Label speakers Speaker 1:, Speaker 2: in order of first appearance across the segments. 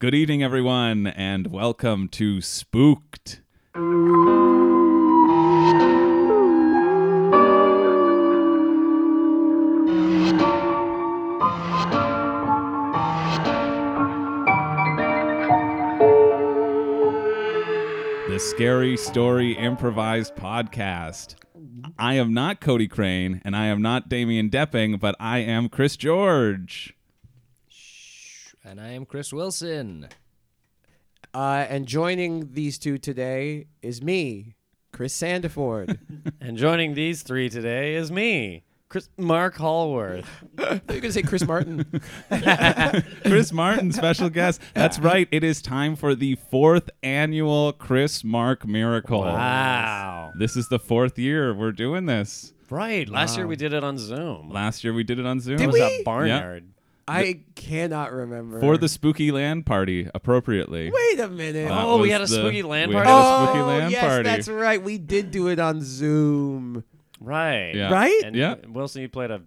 Speaker 1: Good evening, everyone, and welcome to Spooked. The Scary Story Improvised Podcast. I am not Cody Crane, and I am not Damian Depping, but I am Chris George.
Speaker 2: And I am Chris Wilson.
Speaker 3: Uh, and joining these two today is me, Chris Sandiford.
Speaker 2: And joining these three today is me, Chris Mark Hallworth.
Speaker 3: You're gonna say Chris Martin.
Speaker 1: Chris Martin, special guest. That's right. It is time for the fourth annual Chris Mark Miracle.
Speaker 2: Wow.
Speaker 1: This is the fourth year we're doing this.
Speaker 2: Right. Last year we did it on Zoom. Last
Speaker 1: Last year we did it on Zoom.
Speaker 2: was at Barnyard.
Speaker 3: I cannot remember.
Speaker 1: For the spooky land party, appropriately.
Speaker 3: wait a minute.
Speaker 1: That
Speaker 2: Oh, we
Speaker 1: was
Speaker 2: had a spooky land
Speaker 1: we
Speaker 2: party?
Speaker 1: Had
Speaker 3: oh,
Speaker 1: a spooky land
Speaker 3: yes,
Speaker 1: party.
Speaker 3: that's right. We did do it on Zoom.
Speaker 2: Right.
Speaker 1: Yeah.
Speaker 3: Right?
Speaker 2: And uh,
Speaker 1: Yeah.
Speaker 2: Wilson, you played a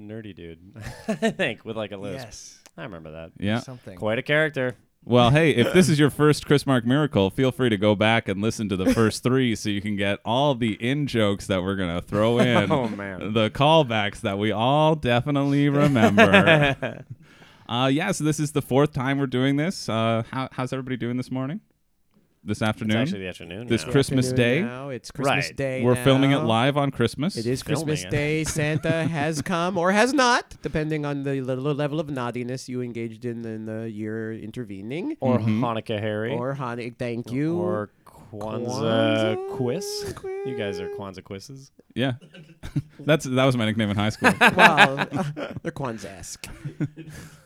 Speaker 2: nerdy dude, I think, with like a lisp.
Speaker 3: Yes.
Speaker 2: I remember that.
Speaker 1: Yeah.
Speaker 3: Something.
Speaker 2: Quite a character.
Speaker 1: Well, hey, if this is your first Chris Mark Miracle, feel free to go back and listen to the first three so you can get all the in jokes that we're going to throw in.
Speaker 2: Oh, man.
Speaker 1: The callbacks that we all definitely remember. uh, yeah, so this is the fourth time we're doing this. Uh, how, how's everybody doing this morning? This
Speaker 2: It's
Speaker 1: afternoon?
Speaker 2: actually the afternoon.
Speaker 1: This
Speaker 2: now.
Speaker 1: Chris- Christmas
Speaker 3: Afternoon
Speaker 1: Day?
Speaker 3: Now. It's Christmas
Speaker 2: Right.
Speaker 3: Day.
Speaker 1: we're filming it
Speaker 3: now.
Speaker 1: live on Christmas.
Speaker 3: It is
Speaker 2: Filming
Speaker 3: Christmas
Speaker 2: it.
Speaker 3: Day. Santa has come or has not, depending on the le- le- level of naughtiness you engaged in in the year intervening.
Speaker 2: Or
Speaker 1: Mm-hmm.
Speaker 2: Hanukkah Harry.
Speaker 3: Or Hanukkah. Thank you.
Speaker 2: Or Kwanzaa, Quiz. You guys are Kwanzaa Quizzes.
Speaker 1: Yeah. That's That was my nickname in high school.
Speaker 3: well, uh, they're Kwanzaa-esque.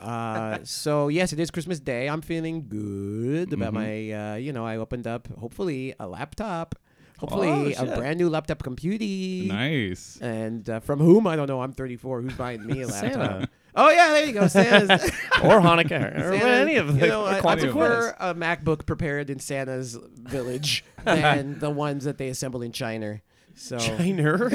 Speaker 3: Uh, so yes, it is Christmas Day. I'm feeling good about
Speaker 2: Mm-hmm.
Speaker 3: my. Uh, you know, I opened up hopefully a laptop,
Speaker 2: Oh,
Speaker 3: hopefully a brand new laptop computer.
Speaker 1: nice.
Speaker 3: And uh, from whom I don't know. I'm 34. Who's buying me a laptop?
Speaker 2: Santa.
Speaker 3: Oh yeah, there you go, Santa.
Speaker 2: Or Hanukkah. Or
Speaker 3: Santa's-
Speaker 2: any of the
Speaker 3: you know, I, I
Speaker 2: Kwanzaa
Speaker 3: prefer
Speaker 2: Quiz.
Speaker 3: a MacBook prepared in Santa's village than the ones that they assemble in China. So
Speaker 2: Diner.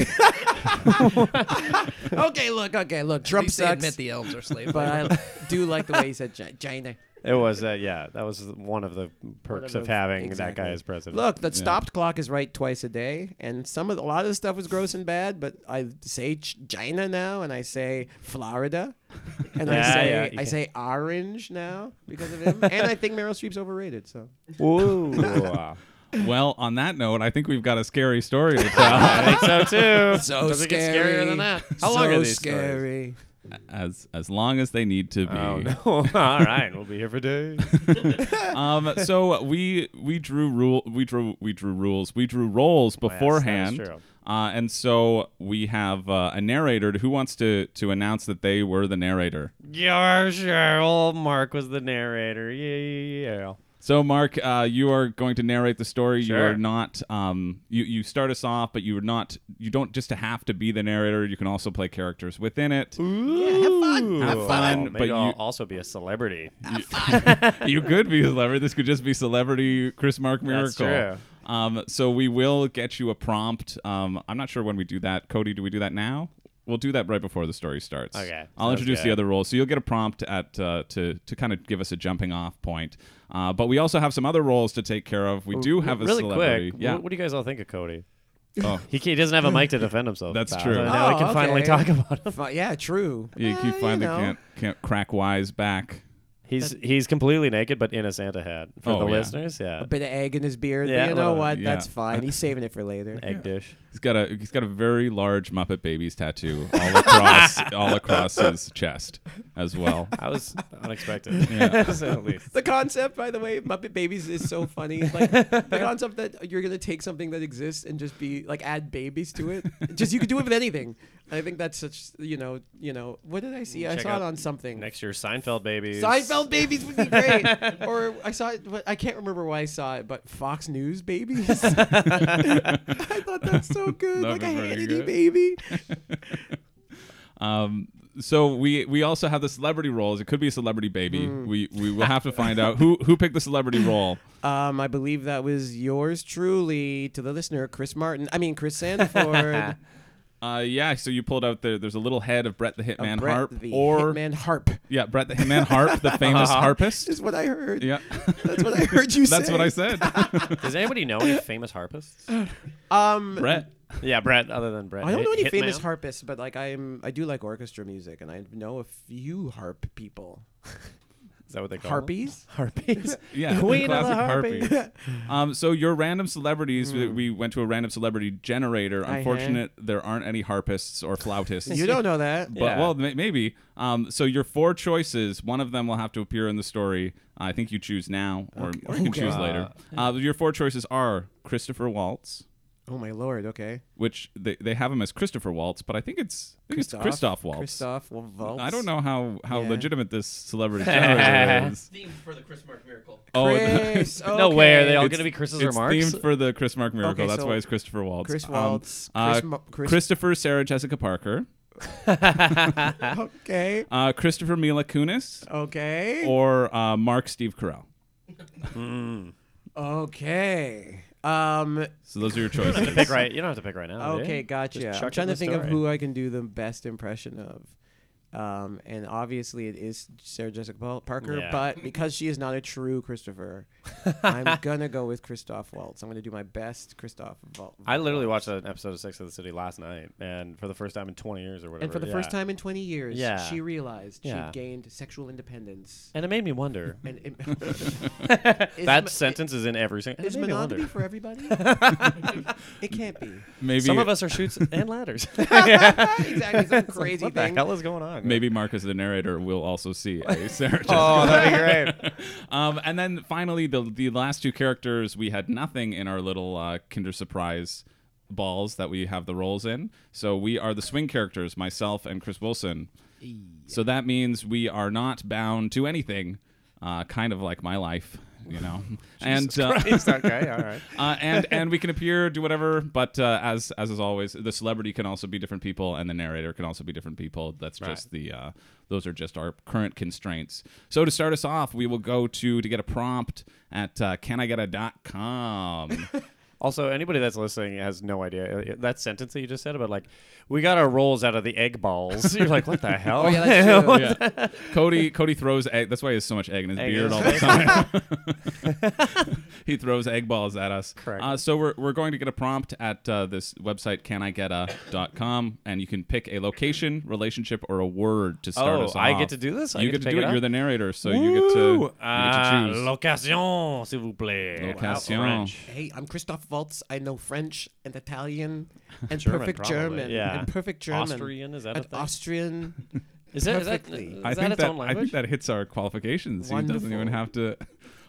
Speaker 3: okay, look, okay, look. Trump
Speaker 4: least they
Speaker 3: sucks.
Speaker 4: admit the elves are slave
Speaker 3: but
Speaker 4: labor.
Speaker 3: I do like the way he said Chi- China.
Speaker 2: It was, uh, yeah, that was one of the perks of
Speaker 3: those-
Speaker 2: having that guy
Speaker 3: exactly.
Speaker 2: as president.
Speaker 3: Look, that stopped clock is right twice a day, and some of the, a lot of the stuff was gross and bad. But I say Ch- China now, and I say Florida, and I
Speaker 2: Yeah,
Speaker 3: say
Speaker 2: yeah, you
Speaker 3: I
Speaker 2: can-
Speaker 3: say orange now because of him. and I think Meryl Streep's overrated. So
Speaker 2: Ooh.
Speaker 1: Well, on that note, I think we've got a scary story to tell.
Speaker 2: I think so too.
Speaker 3: So
Speaker 2: Does it get scarier
Speaker 3: scary.
Speaker 2: than that? How long
Speaker 3: so
Speaker 2: are these stories?
Speaker 3: scary.
Speaker 1: as, as long as they need to be.
Speaker 2: Oh no! All right, we'll be here for days.
Speaker 1: um, so we we drew rule we drew we drew rules we drew roles
Speaker 2: Oh, is
Speaker 1: beforehand.
Speaker 2: true.
Speaker 1: Uh, and so we have uh, a narrator who wants to to announce that they were the narrator.
Speaker 2: Yeah, sure. Old Mark was the narrator. Yeah, yeah, yeah.
Speaker 1: So Mark, uh, you are going to narrate the story. You
Speaker 2: Sure.
Speaker 1: are not um, you you start us off, but you are not you don't just have to be the narrator. You can also play characters within it.
Speaker 2: Ooh.
Speaker 1: Have
Speaker 2: Wow,
Speaker 1: fun,
Speaker 2: Maybe
Speaker 1: but
Speaker 2: I'll
Speaker 1: you-
Speaker 2: also be a celebrity.
Speaker 1: you could be a celebrity. This could just be celebrity Chris Mark
Speaker 2: That's
Speaker 1: Miracle.
Speaker 2: true.
Speaker 1: Um, so we will get you a prompt. Um, I'm not sure when we do that. Cody, do we do that now? We'll do that right before the story starts.
Speaker 2: Okay.
Speaker 1: I'll
Speaker 2: Sounds
Speaker 1: introduce the
Speaker 2: good.
Speaker 1: other roles. So you'll get a prompt at uh, to to kind of give us a jumping off point. Uh, but we also have some other roles to take care of. We do have a
Speaker 2: really
Speaker 1: celebrity.
Speaker 2: quick.
Speaker 1: Yeah.
Speaker 2: What, what do you guys all think of Cody?
Speaker 1: Oh.
Speaker 2: He, ca- he doesn't have a mic to defend himself.
Speaker 1: That's
Speaker 2: about,
Speaker 1: true.
Speaker 2: so now we
Speaker 3: Oh,
Speaker 2: can finally
Speaker 3: okay.
Speaker 2: talk about him.
Speaker 3: Fi- yeah, true.
Speaker 1: you,
Speaker 3: Uh,
Speaker 1: you finally
Speaker 3: know.
Speaker 1: can't can't crack wise back.
Speaker 2: He's he's completely naked, but in a Santa hat for
Speaker 1: Oh,
Speaker 2: the
Speaker 1: yeah.
Speaker 2: listeners. Yeah,
Speaker 3: A bit of egg in his beard.
Speaker 2: Yeah,
Speaker 3: but
Speaker 2: a
Speaker 3: you
Speaker 2: little
Speaker 3: know
Speaker 2: bit,
Speaker 3: what?
Speaker 1: yeah.
Speaker 3: That's fine. He's saving it for later.
Speaker 2: egg dish.
Speaker 1: He's got a he's got a very large Muppet Babies tattoo all across all across his chest as well.
Speaker 2: That was unexpected. So at least.
Speaker 3: The concept, by the way, Muppet Babies is so funny. Like the concept that you're gonna take something that exists and just be like add babies to it. Just you could do it with anything. I think that's such you know you know what did I see? I
Speaker 2: Check
Speaker 3: saw
Speaker 2: out
Speaker 3: it on something.
Speaker 2: Next year, Seinfeld babies.
Speaker 3: Seinfeld babies would be great. or I saw it. but I can't remember why I saw it, but Fox News babies. I thought that's so good,
Speaker 1: That'd
Speaker 3: like a
Speaker 1: be pretty
Speaker 3: Hannity
Speaker 1: good.
Speaker 3: baby.
Speaker 1: Um, so we we also have the celebrity roles. It could be a celebrity baby.
Speaker 3: Hmm.
Speaker 1: We we will have to find out who who picked the celebrity role.
Speaker 3: Um, I believe that was yours truly to the listener, Chris Martin. I mean, Chris Sanford,
Speaker 1: Uh, yeah. So you pulled out there. There's a little head of Brett the Hitman
Speaker 3: Brett
Speaker 1: Harp,
Speaker 3: the
Speaker 1: or
Speaker 3: Hitman Uh-huh. Harp
Speaker 1: yeah, Brett the Hitman Harp, the famous harpist.
Speaker 3: is what I heard.
Speaker 1: Yeah,
Speaker 3: That's what I heard you say.
Speaker 1: that's what I said.
Speaker 2: Does anybody know any famous harpists?
Speaker 3: Um,
Speaker 1: Brett.
Speaker 2: yeah, Brett. Other than Brett,
Speaker 3: I don't
Speaker 2: Hit-
Speaker 3: know any famous
Speaker 2: Hitman?
Speaker 3: harpists, but like I'm, I do like orchestra music, and I know a few harp people.
Speaker 2: Is that what they call
Speaker 3: Harpies?
Speaker 2: them? Harpies.
Speaker 1: Yeah,
Speaker 2: Queen of the
Speaker 1: classic
Speaker 2: harpies.
Speaker 1: um, so your random celebrities, we-
Speaker 3: Hmm.
Speaker 1: we went to a random celebrity generator.
Speaker 3: Uh-huh.
Speaker 1: Unfortunate, there aren't any harpists or flautists.
Speaker 3: You don't know that.
Speaker 1: But
Speaker 2: Yeah.
Speaker 1: well, may- maybe. Um, so your four choices, one of them will have to appear in the story. Uh, I think you choose now, or, or you can
Speaker 3: Okay.
Speaker 1: choose later. Uh, your four choices are Christopher Waltz,
Speaker 3: Oh my lord. Okay.
Speaker 1: which they, they have him as Christopher Waltz, but I think it's I think it's Christoph Waltz.
Speaker 3: Christoph Wa- Waltz.
Speaker 1: I don't know how, how
Speaker 3: Yeah.
Speaker 1: legitimate this celebrity generator is.
Speaker 4: Themed for the Chris Mark miracle.
Speaker 1: Oh, it-
Speaker 3: Chris,
Speaker 2: No way. Are
Speaker 3: okay.
Speaker 2: they all
Speaker 1: It's-
Speaker 2: going to be Chris's
Speaker 1: it's
Speaker 2: remarks?
Speaker 1: themed for the Chris Mark Miracle.
Speaker 3: Okay,
Speaker 1: That's
Speaker 3: so
Speaker 1: why it's Christopher Waltz.
Speaker 3: Chris
Speaker 1: Um,
Speaker 3: Waltz.
Speaker 1: uh,
Speaker 3: Chris Mo- Chris-
Speaker 1: Christopher Sarah Jessica Parker.
Speaker 3: Okay.
Speaker 1: Uh, Christopher Mila Kunis.
Speaker 3: Okay.
Speaker 1: Or uh, Mark Steve Carell.
Speaker 3: okay. Um.
Speaker 1: So those are your
Speaker 2: You
Speaker 1: choices.
Speaker 2: pick right. You don't have to pick right now. do you?
Speaker 3: Okay. Gotcha.
Speaker 2: Just
Speaker 3: I'm
Speaker 2: chuck
Speaker 3: trying
Speaker 2: in
Speaker 3: to
Speaker 2: the
Speaker 3: think of
Speaker 2: story.
Speaker 3: who I can do the best impression of. Um, and obviously it is Sarah Jessica Pal- Parker,
Speaker 2: Yeah.
Speaker 3: but because she is not a true Christopher, I'm gonna go with Christoph Waltz. I'm gonna do my best Christoph Waltz.
Speaker 2: I literally watched an episode of Sex of the City last night, and for the first time in 20 years or whatever.
Speaker 3: and for the
Speaker 2: yeah.
Speaker 3: first time in 20 years,
Speaker 2: Yeah.
Speaker 3: she realized
Speaker 2: Yeah.
Speaker 3: she gained sexual independence.
Speaker 2: And it made me wonder.
Speaker 3: And it, Is
Speaker 2: that
Speaker 3: mo-
Speaker 2: sentence is in every single.
Speaker 3: Is
Speaker 2: it made me wonder.
Speaker 3: monogamy for everybody? it can't be.
Speaker 1: Maybe
Speaker 2: Some of us are shoots and ladders.
Speaker 3: exactly. Some crazy
Speaker 2: what
Speaker 3: thing.
Speaker 2: the hell is going on?
Speaker 1: maybe Mark as the narrator will also see a Sarah Jessica.
Speaker 2: Oh, that'd be great.
Speaker 1: um, and then finally, the the last two characters we had nothing in our little uh, Kinder Surprise balls that we have the roles in. So we are the swing characters, myself and Chris Wilson. So that means we are not bound to anything, uh, kind of like my life, you know. and uh,
Speaker 2: It's okay. All right.
Speaker 1: uh, and and we can appear, do whatever. But uh, as as is always, the celebrity can also be different people, and the narrator can also be different people. That's just the uh, those are just our current constraints. So to start us off, we will go to to get a prompt at uh, canigeta.com.
Speaker 2: Also, anybody that's listening has no idea. Uh, That sentence that you just said about like, we got our rolls out of the egg balls. You're like, what the hell?
Speaker 3: Oh, yeah, that's true.
Speaker 1: yeah. Cody Cody throws egg. That's why he has so much egg in his
Speaker 2: Egg in
Speaker 1: beard
Speaker 2: his
Speaker 1: all the time. he throws egg balls at us.
Speaker 2: Correct.
Speaker 1: Uh, so we're, we're going to get a prompt at uh, this website canigeta.com and you can pick a location, relationship, or a word to start
Speaker 2: Oh,
Speaker 1: us off.
Speaker 2: I get to do this? I
Speaker 1: you get
Speaker 2: get to
Speaker 1: to
Speaker 2: pick
Speaker 1: do
Speaker 2: it
Speaker 1: it.
Speaker 2: up? Uh,
Speaker 1: You're the narrator, so you get to, you get to choose.
Speaker 2: location, s'il vous plaît.
Speaker 1: Location.
Speaker 2: Wow, French.
Speaker 3: Hey, I'm Christoph Waltz. I know French and Italian and
Speaker 2: German,
Speaker 3: perfect
Speaker 2: probably.
Speaker 3: German.
Speaker 2: Yeah.
Speaker 3: And perfect German.
Speaker 2: Austrian, is that a
Speaker 3: and
Speaker 2: thing?
Speaker 3: Austrian.
Speaker 2: Is that, is that,
Speaker 3: Perfectly.
Speaker 2: is
Speaker 1: I
Speaker 2: that
Speaker 1: think
Speaker 2: its
Speaker 1: that
Speaker 2: own
Speaker 1: I think
Speaker 2: language?
Speaker 1: that hits our qualifications. He doesn't
Speaker 3: Wonderful.
Speaker 1: even have to.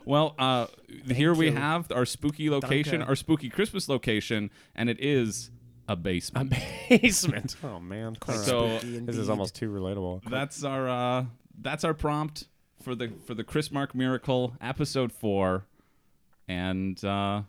Speaker 1: Well, uh, here we
Speaker 3: you.
Speaker 1: have our spooky location,
Speaker 3: Danke.
Speaker 1: our spooky Christmas location, and it is a basement.
Speaker 2: Basement. Oh, man.
Speaker 1: So
Speaker 2: this is almost too relatable.
Speaker 1: that's our uh, that's our prompt for the for the Chris Mark Miracle episode four, and uh,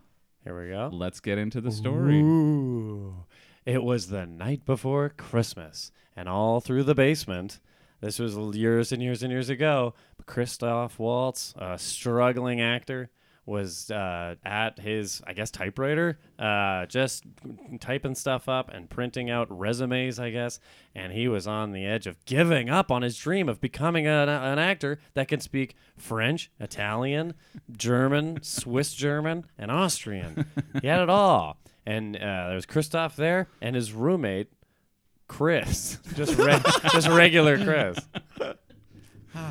Speaker 2: Here we go.
Speaker 1: let's get into the story.
Speaker 2: Ooh. It was the night before Christmas, and all through the basement. This was years and years and years ago. But Christoph Waltz, a struggling actor, was uh, at his, I guess, typewriter, uh, just typing stuff up and printing out resumes, I guess. And he was on the edge of giving up on his dream of becoming an, an actor that can speak French, Italian, German, Swiss German, and Austrian. He had it all. And uh, there was Christoph there, and his roommate, Chris, just re- just regular Chris.
Speaker 3: Clack,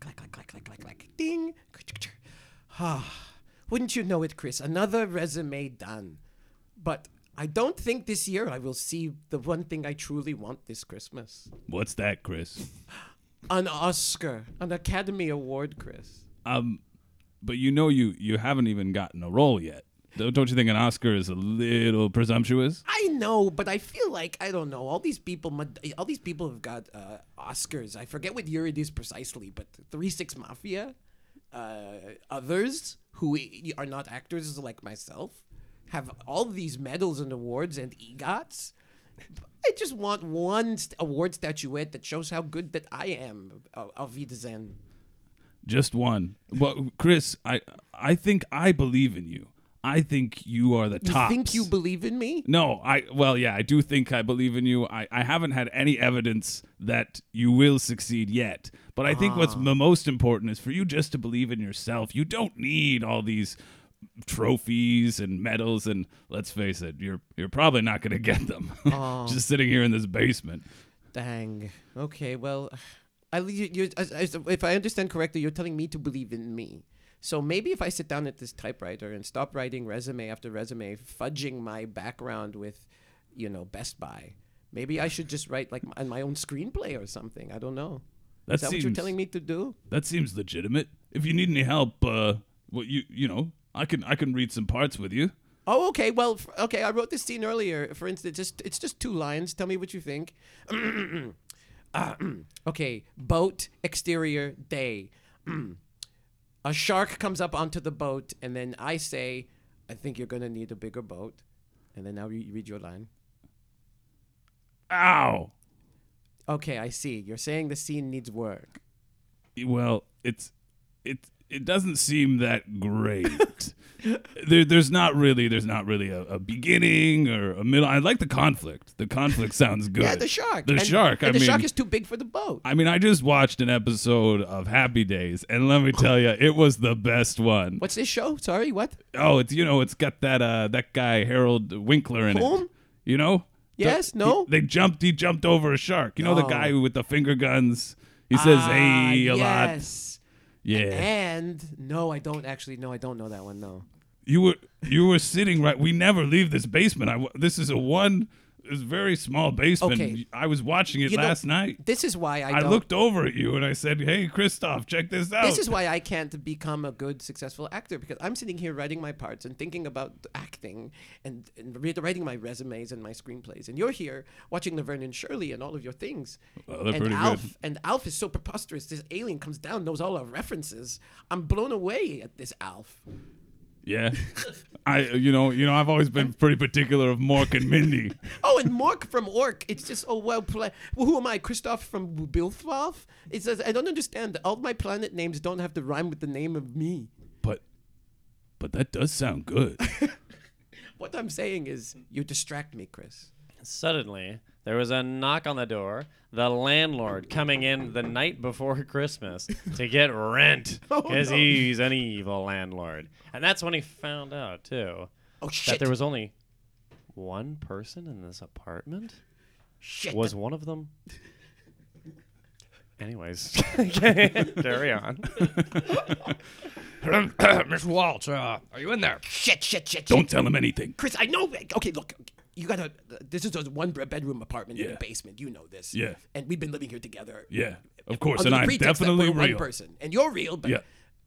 Speaker 3: clack, clack, clack, clack, clack. Ding. Ah, Wouldn't you know it, Chris? Another resume done. But I don't think this year I will see the one thing I truly want this Christmas
Speaker 1: What's that, Chris?
Speaker 3: an Oscar, an Academy Award, Chris.
Speaker 1: Um, but you know you you haven't even gotten a role yet.
Speaker 5: Don't don't you think an Oscar is a little presumptuous?
Speaker 3: I know, but I feel like I don't know. All these people, Mad- all these people have got uh, Oscars. I forget what year it is precisely, but Three Six Mafia, uh, others who i- are not actors like myself, have all these medals and awards and EGOTs. I just want one st- award statuette that shows how good that I am. Uh, Auf Wiedersehen.
Speaker 5: Just one. Well, Chris, I I think I believe in you. I think you are the
Speaker 3: You
Speaker 5: top.
Speaker 3: think you believe in me?
Speaker 5: No, I well, yeah, I do think I believe in you. I, I haven't had any evidence that you will succeed yet. But I think
Speaker 3: Ah.
Speaker 5: what's the most important is for you just to believe in yourself. You don't need all these trophies and medals and let's face it, you're you're probably not going to get them.
Speaker 3: Ah.
Speaker 5: just sitting here in this basement.
Speaker 3: Dang. Okay. Well, I, you, you, as, as, if I understand correctly, you're telling me to believe in me. So maybe if I sit down at this typewriter and stop writing resume after resume, fudging my background with, you know, Best Buy, maybe I should just write like my, my own screenplay or something. I don't know.
Speaker 5: That
Speaker 3: Is that what you're
Speaker 5: seems-
Speaker 3: telling me to do?
Speaker 5: That seems legitimate. If you need any help, uh well you you know, I can I can read some parts with you.
Speaker 3: Oh, okay. Well, f- okay. I wrote this scene earlier. For instance, just it's just two lines. Tell me what you think. Ah, okay. Boat exterior day. a shark comes up onto the boat, and then I say, "I think you're gonna need a bigger boat." And then now you you read your line.
Speaker 5: Ow.
Speaker 3: Okay, I see. You're saying the scene needs work.
Speaker 5: well it's it it doesn't seem that great there, there's not really there's not really a, a beginning or a middle i like the conflict the conflict sounds good
Speaker 3: Yeah, the shark.
Speaker 5: the
Speaker 3: And-
Speaker 5: shark
Speaker 3: And
Speaker 5: i
Speaker 3: the
Speaker 5: mean
Speaker 3: shark is too big for the boat.
Speaker 5: i mean i just watched an episode of happy days and let me tell you it was the best one
Speaker 3: What's this show? Sorry, what?
Speaker 5: oh it's you know it's got that uh that guy harold winkler in
Speaker 3: Whom?
Speaker 5: it you know The-
Speaker 3: Yes, no?
Speaker 5: he- they jumped he jumped over a shark you know the
Speaker 3: No.
Speaker 5: guy with the finger guns he says
Speaker 3: Ah,
Speaker 5: hey a lot
Speaker 3: yes.
Speaker 5: yeah
Speaker 3: And no, I don't actually. No, I don't know that one. No.
Speaker 5: You were you were sitting right. We never leave this basement. I w- this is a one. It's very small basement.
Speaker 3: Okay.
Speaker 5: I was watching it
Speaker 3: You know,
Speaker 5: last night.
Speaker 3: This is why I,
Speaker 5: I
Speaker 3: don't,
Speaker 5: looked over at you and I said, "Hey, Christoph, check this out."
Speaker 3: This is why I can't become a good, successful actor because I'm sitting here writing my parts and thinking about acting and, and re- writing my resumes and my screenplays. And you're here watching Laverne and Shirley and all of your things.
Speaker 5: Well, they're
Speaker 3: and
Speaker 5: pretty good.
Speaker 3: Alf, And Alf is so preposterous. This alien comes down, knows all our references. I'm blown away at this Alf.
Speaker 5: yeah. I you know you know I've always been pretty particular of Mork and Mindy.
Speaker 3: Oh, and Mork from Ork. It's just oh well played. Well, who am I, Christoph from Bilfalf? It says I don't understand. All my planet names don't have to rhyme with the name of me.
Speaker 5: But but that does sound good.
Speaker 3: What I'm saying is, you distract me, Chris.
Speaker 2: Suddenly, there was a knock on the door. The landlord coming in the night before Christmas to get rent because he's an evil landlord. And that's when he found out, too,
Speaker 3: Oh
Speaker 2: that
Speaker 3: shit!
Speaker 2: there was only one person in this apartment.
Speaker 3: shit.
Speaker 2: Was one of them. Anyways, carry on.
Speaker 4: Miss Walsh, uh, are you in there?
Speaker 3: shit! Shit! Shit! shit.
Speaker 5: Don't tell him anything.
Speaker 3: Chris, I know. Okay, look, you gotta. This is a one bedroom apartment in
Speaker 5: Yeah.
Speaker 3: the basement. You know this.
Speaker 5: Yeah.
Speaker 3: And we've been living here together.
Speaker 5: Yeah, of course,
Speaker 3: Under
Speaker 5: and
Speaker 3: the
Speaker 5: I'm
Speaker 3: pretext that
Speaker 5: definitely
Speaker 3: we're one
Speaker 5: real.
Speaker 3: person, and you're real, but
Speaker 5: Yeah.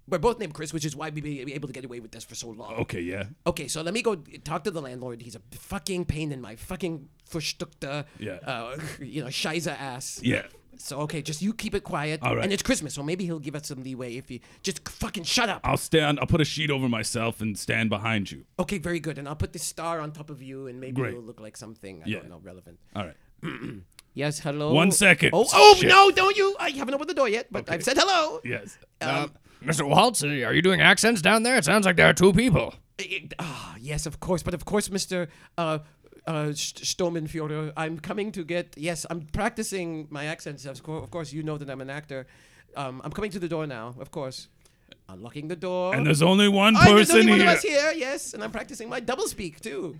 Speaker 3: we're both named Chris, which is why we've been able to get away with this for so long.
Speaker 5: Okay, yeah,
Speaker 3: Okay, so let me go talk to the landlord. He's a fucking pain in my fucking verstuckte,
Speaker 5: Yeah.
Speaker 3: uh, you know, scheiße ass.
Speaker 5: yeah.
Speaker 3: So okay, just you keep it quiet.
Speaker 5: All right.
Speaker 3: And it's Christmas, so maybe he'll give us some leeway if you just fucking shut up.
Speaker 5: I'll stand. I'll put a sheet over myself and stand behind you.
Speaker 3: okay, very good. And I'll put this star on top of you, and maybe
Speaker 5: Great.
Speaker 3: you'll look like something I
Speaker 5: Yeah.
Speaker 3: don't know relevant.
Speaker 5: All right.
Speaker 3: Yes, hello.
Speaker 5: One second.
Speaker 3: Oh, oh
Speaker 5: Shit.
Speaker 3: no! Don't you? I haven't opened the door yet, but I've said hello.
Speaker 5: Yes.
Speaker 4: Um, Mr. Waltz, uh, are you doing accents down there? It sounds like there are two people.
Speaker 3: Ah, yes, of course. But of course, Mr. Uh, uh, St- Sturmenführer, I'm coming to get. Yes, I'm practicing my accents. Of, cour- of course, you know that I'm an actor. Um, I'm coming to the door now, of course. Unlocking the door.
Speaker 5: And there's only one
Speaker 3: Oh, there's
Speaker 5: person
Speaker 3: only one
Speaker 5: here.
Speaker 3: of us here, yes, and I'm practicing my double speak too.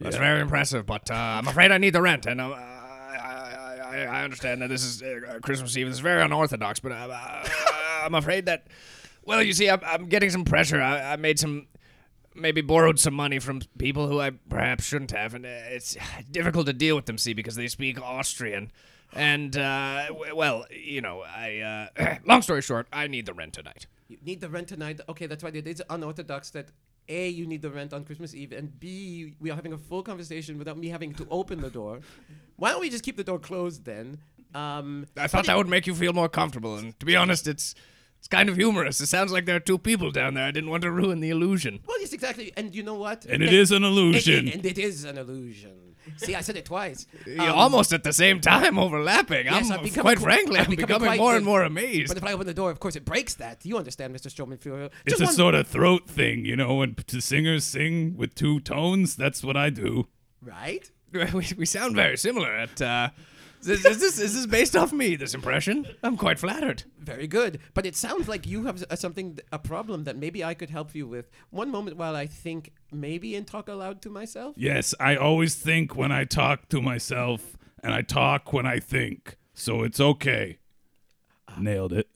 Speaker 4: That's very impressive, but uh, I'm afraid I need the rent, and uh, I, I, I, I understand that this is uh, Christmas Eve. This is very unorthodox, but I'm, uh, I'm afraid that, well, you see, I'm, I'm getting some pressure. I, I made some, maybe borrowed some money from people who I perhaps shouldn't have, and uh, it's difficult to deal with them, see, because they speak Austrian. And, uh, w- well, you know, I, uh, long story short, I need the rent tonight.
Speaker 3: You need the rent tonight. Okay, that's right. It is unorthodox that A, you need the rent on Christmas Eve, and B, we are having a full conversation without me having to open the door. Why don't we just keep the door closed then? Um,
Speaker 4: I thought that would make you feel more comfortable, and to be honest, it's it's kind of humorous. It sounds like there are two people down there. I didn't want to ruin the illusion.
Speaker 3: well, yes, exactly. And you know what?
Speaker 5: And it is an
Speaker 3: And-
Speaker 5: illusion.
Speaker 3: and- and it is an illusion. See, I said it twice.
Speaker 4: You're
Speaker 3: Um,
Speaker 4: almost at the same time overlapping.
Speaker 3: yes,
Speaker 4: I'm,
Speaker 3: I've become
Speaker 4: quite
Speaker 3: qu-
Speaker 4: frankly,
Speaker 3: I've
Speaker 4: I'm
Speaker 3: become
Speaker 4: becoming
Speaker 3: quite
Speaker 4: more
Speaker 3: the-
Speaker 4: and more amazed.
Speaker 3: But if I open the door, of course, it breaks that. You understand, Mr. Stroman Fuhrer.
Speaker 5: it's
Speaker 3: Just
Speaker 5: a
Speaker 3: one-
Speaker 5: sort of throat thing, you know, when p- singers sing with two tones. That's what I do.
Speaker 3: Right?
Speaker 4: we, we sound very similar. At uh, is, is this is this based off me? This impression? I'm quite flattered.
Speaker 3: Very good. But it sounds like you have s- uh, something, th- a problem that maybe I could help you with. One moment while I think maybe and talk aloud to myself.
Speaker 5: Yes, I always think when I talk to myself, and I talk when I think. So it's okay. Nailed it.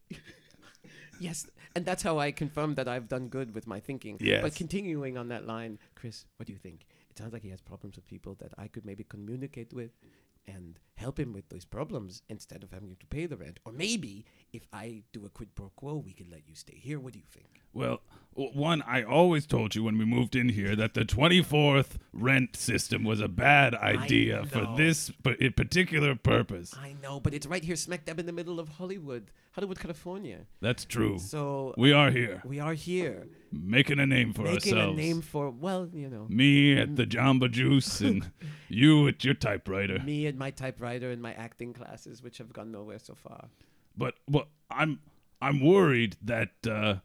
Speaker 3: Yes. And that's how I confirm that I've done good with my thinking.
Speaker 5: Yes.
Speaker 3: But continuing on that line, Chris, what do you think? It sounds like he has problems with people that I could maybe communicate with and help him with those problems instead of having to pay the rent. Or maybe if I do a quid pro quo, we could let you stay here. What do you think?
Speaker 5: Well, w- one, I always told you when we moved in here that the 24th rent system was a bad idea for
Speaker 3: know.
Speaker 5: this pa- i- particular purpose.
Speaker 3: I know, but it's right here, smack dab in the middle of Hollywood, Hollywood, California.
Speaker 5: That's true.
Speaker 3: So
Speaker 5: we are here,
Speaker 3: we are here
Speaker 5: making a name for
Speaker 3: making
Speaker 5: ourselves.
Speaker 3: a name for, well, you know,
Speaker 5: Me at the Jamba Juice and you at your typewriter.
Speaker 3: me and my typewriter and my acting classes, which have gone nowhere so far.
Speaker 5: But well, I'm I'm worried that uh,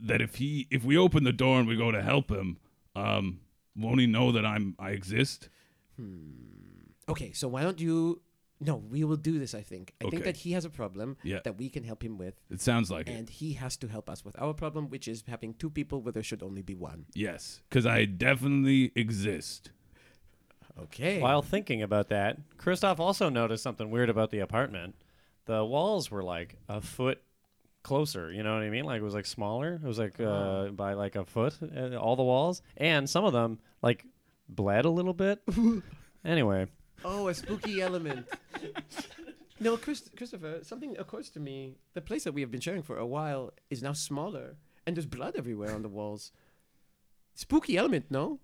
Speaker 5: that if he if we open the door and we go to help him, um, won't he know that I'm I exist?
Speaker 3: Okay, so why don't you? No, we will do this. I think. I
Speaker 5: Okay.
Speaker 3: think that he has a problem
Speaker 5: Yeah.
Speaker 3: that we can help him with,
Speaker 5: It sounds like it.
Speaker 3: and he has to help us with our problem, which is having two people where there should only be one.
Speaker 5: Yes, because I definitely exist.
Speaker 3: Okay.
Speaker 2: While thinking about that, Christoph also noticed something weird about the apartment. The walls were like a foot closer. You know what I mean? Like it was like smaller. It was like uh, by like a foot. Uh, all the walls, and some of them like bled a little bit. anyway,
Speaker 3: Oh, a spooky element. No, Chris, Christopher, something occurs to me. The place that we have been sharing for a while is now smaller, and there's blood everywhere on the walls. Spooky element, no?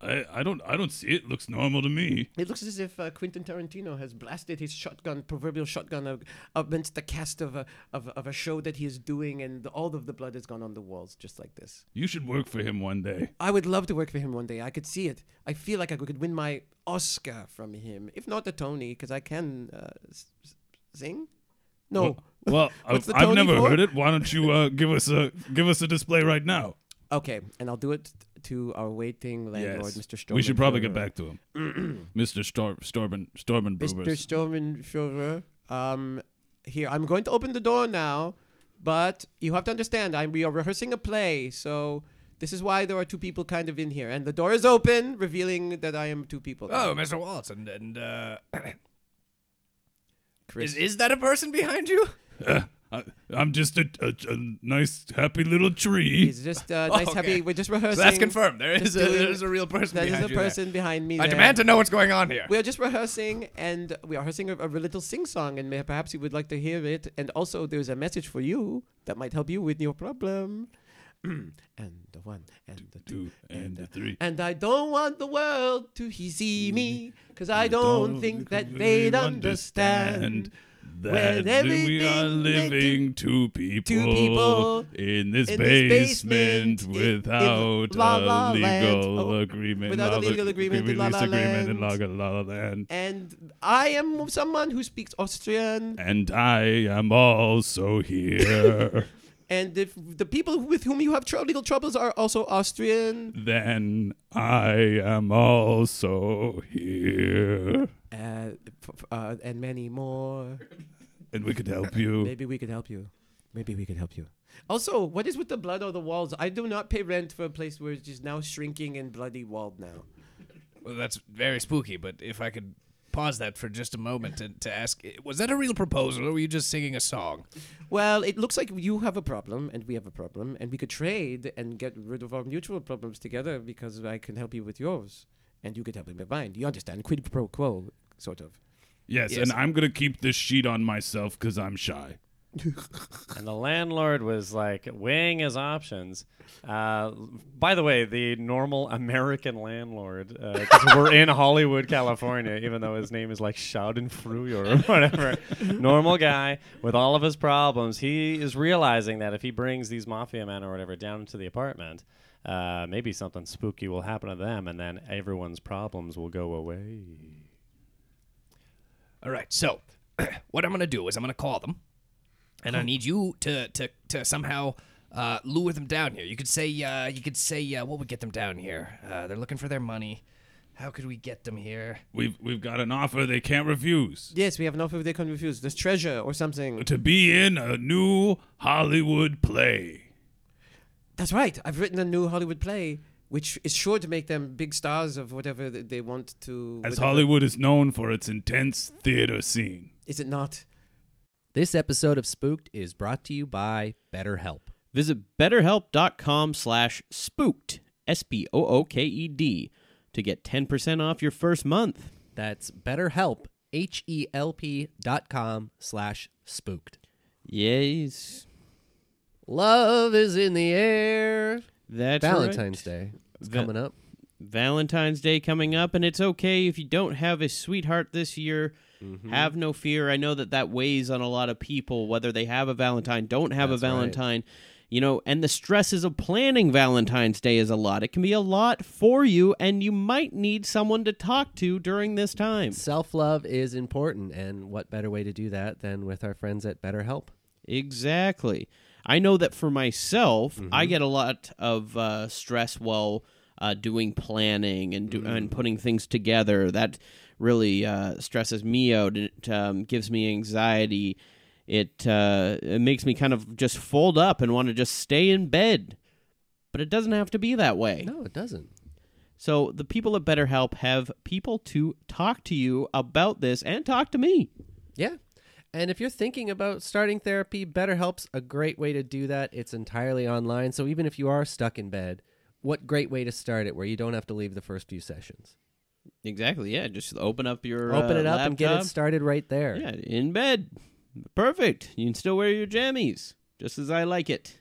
Speaker 5: I, I don't I don't see it. Looks normal to me.
Speaker 3: It looks as if uh, Quentin Tarantino has blasted his shotgun, proverbial shotgun, ag- against the cast of a, of, of a show that he is doing, and all of the blood has gone on the walls, just like this.
Speaker 5: You should work for him one day.
Speaker 3: I would love to work for him one day. I could see it. I feel like I could win my Oscar from him, if not the Tony, because I can uh, s- s- sing. No.
Speaker 5: Well, I've,
Speaker 3: What's the
Speaker 5: I've
Speaker 3: Tony
Speaker 5: never
Speaker 3: for?
Speaker 5: heard it. Why don't you uh, give us a give us a display right now?
Speaker 3: Okay, and I'll do it to our waiting landlord, Mr. Storm.
Speaker 5: We should probably get back to him, Mr. Stor- Storben Storben
Speaker 3: Mr.
Speaker 5: Brewers.
Speaker 3: Sturmenführer, um, here, I'm going to open the door now, but you have to understand, I'm, we are rehearsing a play, so this is why there are two people kind of in here. And the door is open, revealing that I am two people.
Speaker 4: Oh, Mr. Waltz, and and uh,
Speaker 3: Chris.
Speaker 4: is is that a person behind you?
Speaker 5: I, I'm just a, a, a nice happy little tree.
Speaker 3: He's just uh, nice,
Speaker 4: Oh, okay.
Speaker 3: happy. We're just rehearsing.
Speaker 4: So that's confirmed. There is
Speaker 3: Just
Speaker 4: a,
Speaker 3: doing-
Speaker 4: there is a real person
Speaker 3: That is
Speaker 4: behind
Speaker 3: a
Speaker 4: you there.
Speaker 3: person behind me.
Speaker 4: I
Speaker 3: there.
Speaker 4: demand to know what's going on here.
Speaker 3: We are just rehearsing, and we are rehearsing a, a little sing song, and may- perhaps you would like to hear it. And also, there's a message for you that might help you with your problem. and the one, and the two,
Speaker 5: Two and a three.
Speaker 3: and I don't want the world to he see me, because I
Speaker 5: You
Speaker 3: don't think that they'd understand.
Speaker 5: That
Speaker 3: when
Speaker 5: we are
Speaker 3: everything they
Speaker 5: living two people,
Speaker 3: people
Speaker 5: in this
Speaker 3: in this
Speaker 5: basement,
Speaker 3: basement, in- in
Speaker 5: without
Speaker 3: La
Speaker 5: a
Speaker 3: La Land.
Speaker 5: legal
Speaker 3: Oh,
Speaker 5: agreement,
Speaker 3: without a
Speaker 5: la-
Speaker 3: legal agreement in La
Speaker 5: release
Speaker 3: La
Speaker 5: agreement in
Speaker 3: Land.
Speaker 5: La La Land.
Speaker 3: And I am someone who speaks Austrian.
Speaker 5: And I am also here.
Speaker 3: And if the people with whom you have tr- legal troubles are also Austrian,
Speaker 5: then I am also here.
Speaker 3: uh, f- f- uh, and many more,
Speaker 5: And we could help you.
Speaker 3: maybe we could help you. Maybe we could help you. Also, what is with the blood on the walls? I do not pay rent for a place where it's just now shrinking and bloody walled now.
Speaker 4: Well, that's very spooky, but if I could pause that for just a moment and to ask was that a real proposal or were you just singing a song?
Speaker 3: Well, it looks like you have a problem and we have a problem, and we could trade and get rid of our mutual problems together because I can help you with yours, and you could help me with mine. You understand? Quid pro quo, sort of.
Speaker 5: Yes,
Speaker 4: Yes.
Speaker 5: and I'm going to keep this sheet on myself because I'm shy.
Speaker 2: and the landlord was like weighing his options. Uh, by the way, the normal American landlord, uh 'cause we're in Hollywood, California, even though his name is like Schadenfreude or whatever. normal guy with all of his problems, he is realizing that if he brings these mafia men or whatever down to the apartment, uh, maybe something spooky will happen to them, and then everyone's problems will go away.
Speaker 4: All right. So, what I'm going to do is I'm going to call them, and I need you to to to somehow uh, lure them down here. You could say uh, you could say uh, what would get them down here? Uh, they're looking for their money. How could we get them here?
Speaker 1: We've we've got an offer they can't refuse
Speaker 3: Yes, we have enough if they can refuse. There's treasure or something.
Speaker 1: to be in a new Hollywood play.
Speaker 3: That's right. I've written a new Hollywood play, which is sure to make them big stars of whatever th- they want to.
Speaker 1: As
Speaker 3: whatever-
Speaker 1: Hollywood is known for its intense theater scene.
Speaker 3: Is it not?
Speaker 6: This episode of Spooked is brought to you by BetterHelp.
Speaker 7: Visit betterhelp.com slash spooked, S P O O K E D, to get 10% off your first month.
Speaker 6: That's BetterHelp, H E L P dot com slash spooked.
Speaker 7: Yes.
Speaker 6: Love is in the air.
Speaker 7: That's right.
Speaker 6: Valentine's Day is
Speaker 7: Va-
Speaker 6: coming up.
Speaker 7: Valentine's Day coming up, and it's okay if you don't have a sweetheart this year.
Speaker 6: Mm-hmm.
Speaker 7: Have no fear. I know that that weighs on a lot of people, whether they have a Valentine, don't have a Valentine, you know, and the stresses of planning Valentine's Day is a lot. It can be a lot for you, and you might need someone to talk to during this time.
Speaker 6: Self love is important, and what better way to do that than with our friends at BetterHelp?
Speaker 7: Exactly. I know that for myself, I get a lot of uh, stress while uh, doing planning and do- and putting things together. That really uh, stresses me out. It um, gives me anxiety. It uh, it makes me kind of just fold up and want to just stay in bed. But it doesn't have to be that way.
Speaker 6: No, it doesn't.
Speaker 7: So the people at BetterHelp have people to talk to you about this and talk to me.
Speaker 6: Yeah. And if you're thinking about starting therapy, BetterHelp's a great way to do that. It's entirely online. So even if you are stuck in bed, what great way to start it where you don't have to leave the first few sessions?
Speaker 7: Exactly. Yeah. Just open up your
Speaker 6: Open
Speaker 7: uh,
Speaker 6: it up and get
Speaker 7: laptop.
Speaker 6: it started right there.
Speaker 7: Yeah, in bed. Perfect. You can still wear your jammies, just as I like it.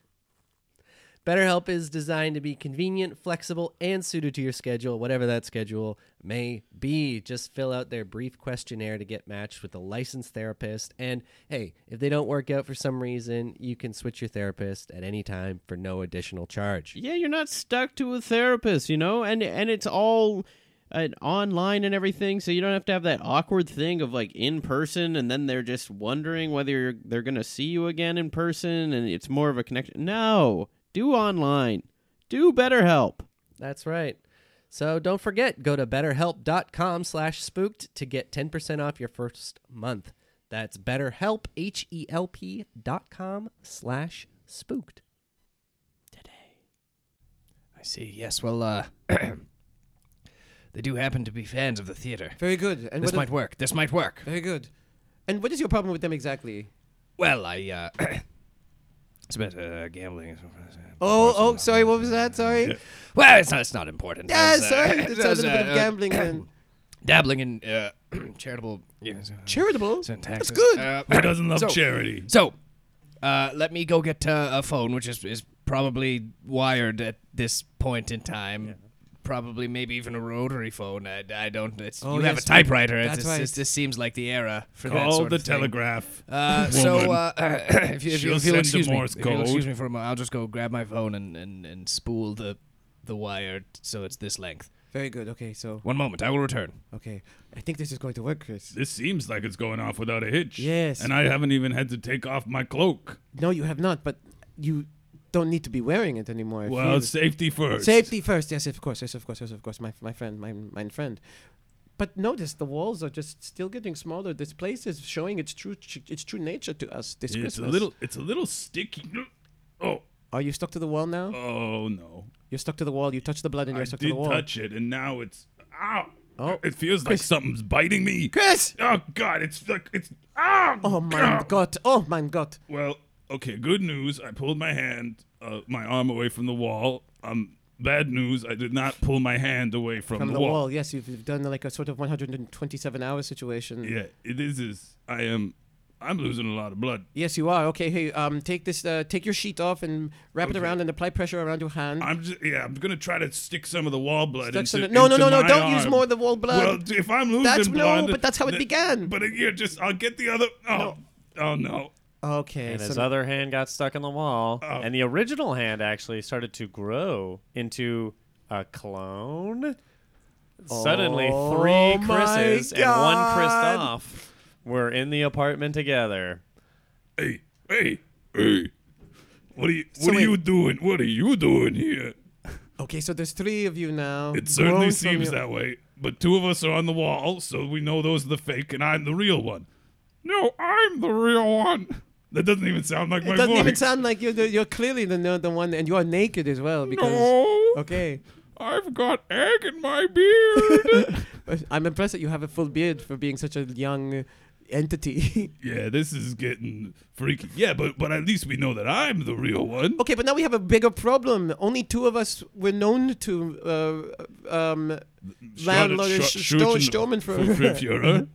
Speaker 6: BetterHelp is designed to be convenient, flexible, and suited to your schedule, whatever that schedule may be. Just fill out their brief questionnaire to get matched with a licensed therapist. And hey, if they don't work out for some reason, you can switch your therapist at any time for no additional charge.
Speaker 7: Yeah, you're not stuck to a therapist, you know, and and it's all uh, online and everything, so you don't have to have that awkward thing of like in person, and then they're just wondering whether you're, they're gonna see you again in person, and it's more of a connection. No, do online, do BetterHelp.
Speaker 6: That's right. So don't forget, go to betterhelp.com slash spooked to get 10% off your first month. That's betterhelp, H-E-L-P dot com slash spooked.
Speaker 4: I see. Yes. Well, uh, they do happen to be fans of the theater.
Speaker 3: Very good. And
Speaker 4: This
Speaker 3: what
Speaker 4: might work. This might work.
Speaker 3: Very good. And what is your problem with them exactly?
Speaker 4: Well, I uh, it's about uh, gambling.
Speaker 3: Oh, oh, sorry. What was that? Sorry.
Speaker 4: Well, it's not. It's not important.
Speaker 3: Yeah,
Speaker 4: I was, uh,
Speaker 3: sorry. It
Speaker 4: I was,
Speaker 3: sounds a bit
Speaker 4: uh,
Speaker 3: of gambling and
Speaker 4: dabbling in uh, charitable. Yeah, so-
Speaker 3: charitable.
Speaker 4: so in
Speaker 3: That's
Speaker 4: taxes.
Speaker 3: good.
Speaker 4: Uh,
Speaker 1: Who doesn't love
Speaker 4: so-
Speaker 1: charity?
Speaker 4: So, uh, let me go get uh, a phone, which is, is probably wired at this point in time. Probably, maybe even a rotary phone. I, I don't. It's,
Speaker 3: Oh,
Speaker 4: you have a
Speaker 3: yes,
Speaker 4: typewriter. It's,
Speaker 3: that's
Speaker 4: it's,
Speaker 3: right.
Speaker 4: it's- this seems like the era for that
Speaker 1: Call
Speaker 4: sort
Speaker 1: the
Speaker 4: of thing.
Speaker 1: telegraph.
Speaker 4: Uh, so, uh, if, you, if, you,
Speaker 1: She'll
Speaker 4: if you'll
Speaker 1: send a
Speaker 4: excuse me,
Speaker 1: Morse
Speaker 4: if you'll excuse
Speaker 1: code.
Speaker 4: me for a moment, I'll just go grab my phone and, and, and spool the the wire so it's this length.
Speaker 3: Very good. Okay, so
Speaker 4: One moment, I will return.
Speaker 3: okay, I think this is going to work, Chris.
Speaker 1: This seems like it's going off without a hitch.
Speaker 3: Yes.
Speaker 1: And I haven't even had to take off my cloak.
Speaker 3: No, you have not, but you don't need to be wearing it anymore. I
Speaker 1: Well,
Speaker 3: feel.
Speaker 1: safety first.
Speaker 3: safety first. Yes, of course. Yes, of course. Yes, of course. My my friend, my my friend. But notice the walls are just still getting smaller. This place is showing its true its true nature to us this
Speaker 1: It's
Speaker 3: Christmas.
Speaker 1: a little. It's a little sticky. Oh,
Speaker 3: Are you stuck to the wall now?
Speaker 1: oh no!
Speaker 3: You're stuck to the wall. You touch the blood and
Speaker 1: I
Speaker 3: you're stuck to the
Speaker 1: did
Speaker 3: wall.
Speaker 1: touch it, and now it's. Ow!
Speaker 3: Oh.
Speaker 1: It feels like
Speaker 3: Chris.
Speaker 1: something's biting me.
Speaker 3: Chris!
Speaker 1: Oh God! It's like it's. Ow!
Speaker 3: Oh my god! Oh my god!
Speaker 1: Well, okay. Good news. I pulled my hand, uh, my arm away from the wall. Um, bad news. I did not pull my hand away from,
Speaker 3: From the wall. Yes, you've, you've done like a sort of 127 hour situation.
Speaker 1: Yeah, it is. Is I am
Speaker 5: I'm losing a lot of blood.
Speaker 8: Yes, you are. Okay, hey, um, take this, uh, take your sheet off and wrap it around and apply pressure around your hand.
Speaker 5: I'm just, yeah, I'm gonna try to stick some of the wall blood
Speaker 8: Stick
Speaker 5: into,
Speaker 8: some of the- no, no,
Speaker 5: into
Speaker 8: no, no,
Speaker 5: my
Speaker 8: don't use
Speaker 5: arm.
Speaker 8: more of the wall blood.
Speaker 5: Well, d- if I'm losing
Speaker 8: That's- no,
Speaker 5: blood,
Speaker 8: but that's how it
Speaker 5: th-
Speaker 8: began.
Speaker 5: But uh, you're just, I'll get the other. Oh, oh no.
Speaker 8: Okay,
Speaker 2: and
Speaker 8: so
Speaker 2: his other hand got stuck in the wall, and the original hand actually started to grow into a clone. Suddenly,
Speaker 8: Oh
Speaker 2: three
Speaker 8: my
Speaker 2: Chris's and one
Speaker 8: God.
Speaker 2: Kristoff were in the apartment together.
Speaker 5: Hey, hey, hey. What are you? What
Speaker 8: So
Speaker 5: are
Speaker 8: wait-
Speaker 5: you doing? What are you doing here?
Speaker 8: okay, so there's three of you now.
Speaker 5: It certainly
Speaker 8: Grown from
Speaker 5: seems
Speaker 8: your-
Speaker 5: that way. But two of us are on the wall, so we know those are the fake, and I'm the real one. No, I'm the real one. That doesn't even sound like my
Speaker 8: It doesn't
Speaker 5: voice.
Speaker 8: even sound like you're the, you're clearly the no- the one, and you are naked as well because.
Speaker 5: no,
Speaker 8: Okay,
Speaker 5: I've got egg in my beard.
Speaker 8: But I'm impressed that you have a full beard for being such a young entity.
Speaker 5: yeah, this is getting freaky. Yeah, but but at least we know that I'm the real one.
Speaker 8: okay, but now we have a bigger problem. Only two of us were known to uh, um, landlord is sh- sto- storming for-
Speaker 5: Führer.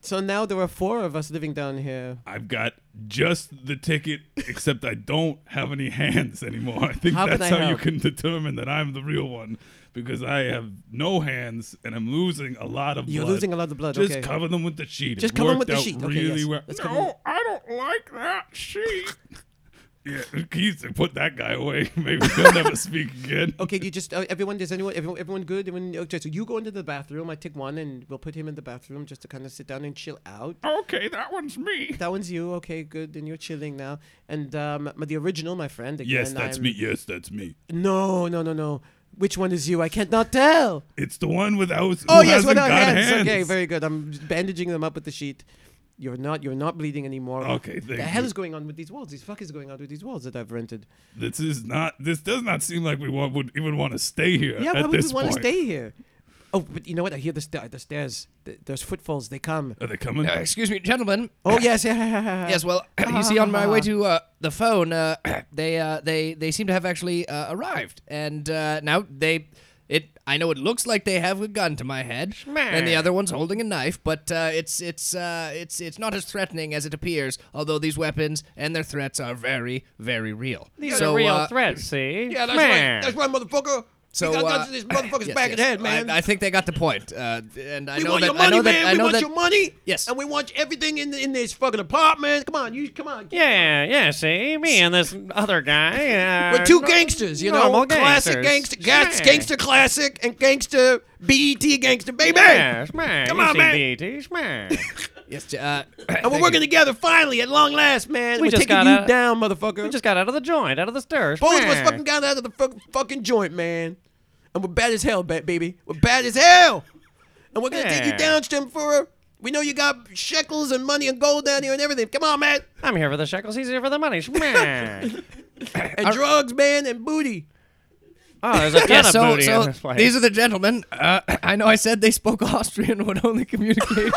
Speaker 8: So now there are four of us living down here.
Speaker 5: I've got just the ticket, except I don't have any hands anymore. I think
Speaker 8: How can
Speaker 5: that's
Speaker 8: I
Speaker 5: how you
Speaker 8: help?
Speaker 5: can determine that I'm the real one because I have no hands and I'm losing a lot of
Speaker 8: You're
Speaker 5: blood.
Speaker 8: losing a lot of blood.
Speaker 5: Just
Speaker 8: okay.
Speaker 5: cover them with the sheet. It
Speaker 8: Just cover 'em with
Speaker 5: worked
Speaker 8: the
Speaker 5: out
Speaker 8: sheet. Okay,
Speaker 5: Really
Speaker 8: yes.
Speaker 5: well.
Speaker 8: Let's cover 'em.
Speaker 5: No, I don't like that sheet. yeah, Keith, put that guy away. Maybe he'll never speak again.
Speaker 8: Okay, you just uh, everyone. Does anyone? Everyone, everyone good? Everyone, okay, so you go into the bathroom. I take one, and we'll put him in the bathroom just to kind of sit down and chill out.
Speaker 5: Okay, that one's me.
Speaker 8: That one's you. Okay, good. And you're chilling now. And um, but the original, my friend. Again,
Speaker 5: Yes, that's
Speaker 8: I'm-
Speaker 5: me. Yes, that's me.
Speaker 8: No, no, no, no. Which one is you? I can't not tell.
Speaker 5: It's the one without.
Speaker 8: Oh
Speaker 5: who
Speaker 8: yes,
Speaker 5: hasn't
Speaker 8: without
Speaker 5: got
Speaker 8: hands. Okay, very good. I'm bandaging them up with the sheet. You're not. You're not bleeding anymore.
Speaker 5: Okay,
Speaker 8: The
Speaker 5: thank
Speaker 8: hell
Speaker 5: you.
Speaker 8: is going on with these walls? These fuck is going on with these walls that I've rented.
Speaker 5: This is not. This does not seem like we want, would even want to stay here.
Speaker 8: Yeah,
Speaker 5: at
Speaker 8: why would
Speaker 5: this
Speaker 8: we want to
Speaker 5: point.
Speaker 8: stay here? Oh, but you know what? I hear the, sta- the stairs. Th- There's footfalls. They come.
Speaker 5: Are they coming?
Speaker 4: Uh, excuse me, gentlemen.
Speaker 8: Oh yes, yeah, yeah, yeah.
Speaker 4: Yes, well, you see, on my way to uh, the phone, uh, they uh, they they seem to have actually uh, arrived, and uh, now they it. I know it looks like they have a gun to my head, and the other one's holding a knife, but uh, it's it's uh, it's it's not as threatening as it appears. Although these weapons and their threats are very very real.
Speaker 2: These
Speaker 4: so,
Speaker 2: are real
Speaker 4: uh,
Speaker 2: threats, see?
Speaker 8: Yeah, that's
Speaker 2: Man.
Speaker 8: right. That's right, motherfucker.
Speaker 4: So
Speaker 8: we got
Speaker 4: uh,
Speaker 8: guns in this motherfucker's
Speaker 4: yes,
Speaker 8: back and
Speaker 4: yes.
Speaker 8: head, man.
Speaker 4: I, I think they got the point, uh, and I
Speaker 8: we
Speaker 4: know
Speaker 8: want
Speaker 4: that
Speaker 8: your money,
Speaker 4: I know
Speaker 8: man.
Speaker 4: that I
Speaker 8: we
Speaker 4: know
Speaker 8: want
Speaker 4: that
Speaker 8: your money.
Speaker 4: Yes.
Speaker 8: and we want everything in in this fucking apartment. Come on, you come on.
Speaker 2: Yeah, yeah, see? Me and this other guy. Uh,
Speaker 8: We're two
Speaker 2: no-
Speaker 8: gangsters, you know,
Speaker 2: normal
Speaker 8: classic
Speaker 2: gangsters.
Speaker 8: gangster, gats,
Speaker 2: Yeah.
Speaker 8: gangster classic, and gangster BET gangster, baby.
Speaker 2: Yeah, smash. E
Speaker 8: Come
Speaker 2: you
Speaker 8: on,
Speaker 2: see
Speaker 8: man.
Speaker 2: BET, smash.
Speaker 4: yes, uh,
Speaker 8: And we're
Speaker 4: thank
Speaker 8: working
Speaker 4: you.
Speaker 8: together finally at long last, man.
Speaker 2: We
Speaker 8: are
Speaker 2: just
Speaker 8: taking
Speaker 2: got
Speaker 8: you
Speaker 2: out-
Speaker 8: down, motherfucker.
Speaker 2: we just got out of the joint, out of the stir.
Speaker 8: Both of us
Speaker 2: smash.
Speaker 8: fucking got out of the fuck, fucking joint, man. And we're bad as hell, ba- baby. We're bad as hell. And we're gonna take you
Speaker 2: Yeah.
Speaker 8: down, Stemfura. We know you got shekels and money and gold down here and everything. Come on, man.
Speaker 2: I'm here for the shekels. He's here for the money. Smash.
Speaker 8: And drugs, man, and booty.
Speaker 2: oh, there's a ton
Speaker 4: Yeah,
Speaker 2: of
Speaker 4: so,
Speaker 2: booty in
Speaker 4: so
Speaker 2: this place.
Speaker 4: these are the gentlemen. Uh, I know I said they spoke Austrian and would only communicate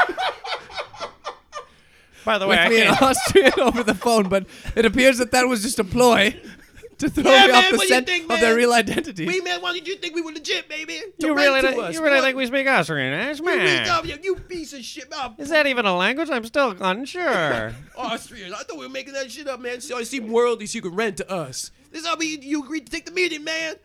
Speaker 2: By the way,
Speaker 4: with
Speaker 2: I
Speaker 4: me in
Speaker 2: can't,
Speaker 4: Austrian over the phone, but it appears that that was just a ploy to throw
Speaker 8: Yeah,
Speaker 4: me
Speaker 8: man,
Speaker 4: off the
Speaker 8: what do you
Speaker 4: scent
Speaker 8: think,
Speaker 4: of their
Speaker 8: man?
Speaker 4: real identity.
Speaker 8: We, man, why did you think we were legit, baby? To
Speaker 2: you
Speaker 8: rent
Speaker 2: really,
Speaker 8: to
Speaker 2: thi-
Speaker 8: us.
Speaker 2: you really
Speaker 8: What?
Speaker 2: think we speak Austrian, eh?
Speaker 8: You really
Speaker 2: Smash.
Speaker 8: dumb, you- you piece of shit. Oh,
Speaker 2: Is that even a language? I'm still unsure.
Speaker 8: Austrians. I thought we were making that shit up, man. So I see worldly so you can rent to us. This is how we, you agreed to take the meeting, man.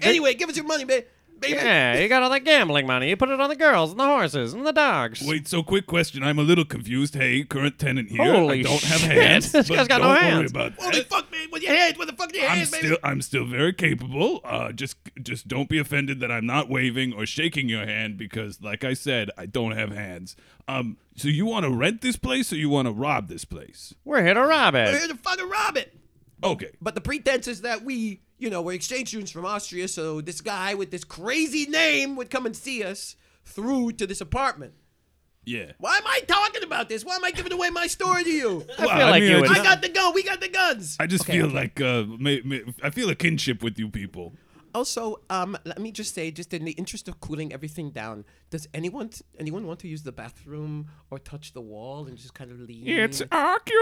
Speaker 8: Anyway, give us your money, man. Baby.
Speaker 2: yeah, you got all that gambling money. You put it on the girls and the horses and the dogs.
Speaker 5: Wait, so quick question. I'm a little confused. Hey, current tenant here.
Speaker 2: Holy
Speaker 5: I don't have
Speaker 2: shit.
Speaker 5: hands.
Speaker 2: This
Speaker 5: but
Speaker 2: guy's got
Speaker 5: don't
Speaker 2: no
Speaker 5: worry
Speaker 2: hands.
Speaker 5: about that.
Speaker 8: Holy fuck, man. With your hands, with the fucking
Speaker 5: I'm
Speaker 8: hands, baby.
Speaker 5: still I'm still very capable. Uh, just just don't be offended that I'm not waving or shaking your hand because, like I said, I don't have hands. Um, so you want to rent this place or you want to rob this place?
Speaker 2: We're here to rob
Speaker 8: We're
Speaker 2: it.
Speaker 8: here to fucking rob it.
Speaker 5: Okay.
Speaker 8: But the pretense is that we, you know, we're exchange students from Austria, so this guy with this crazy name would come and see us through to this apartment.
Speaker 5: Yeah.
Speaker 8: Why am I talking about this? Why am I giving away my story to you?
Speaker 5: Well,
Speaker 2: feel like you would-
Speaker 5: I
Speaker 8: I
Speaker 5: just,
Speaker 8: got the gun. We got the guns.
Speaker 5: I just feel like uh, may, may, I feel a kinship with you people.
Speaker 8: Also, um, let me just say, just in the interest of cooling everything down, does anyone anyone want to use the bathroom or touch the wall and just kind of lean?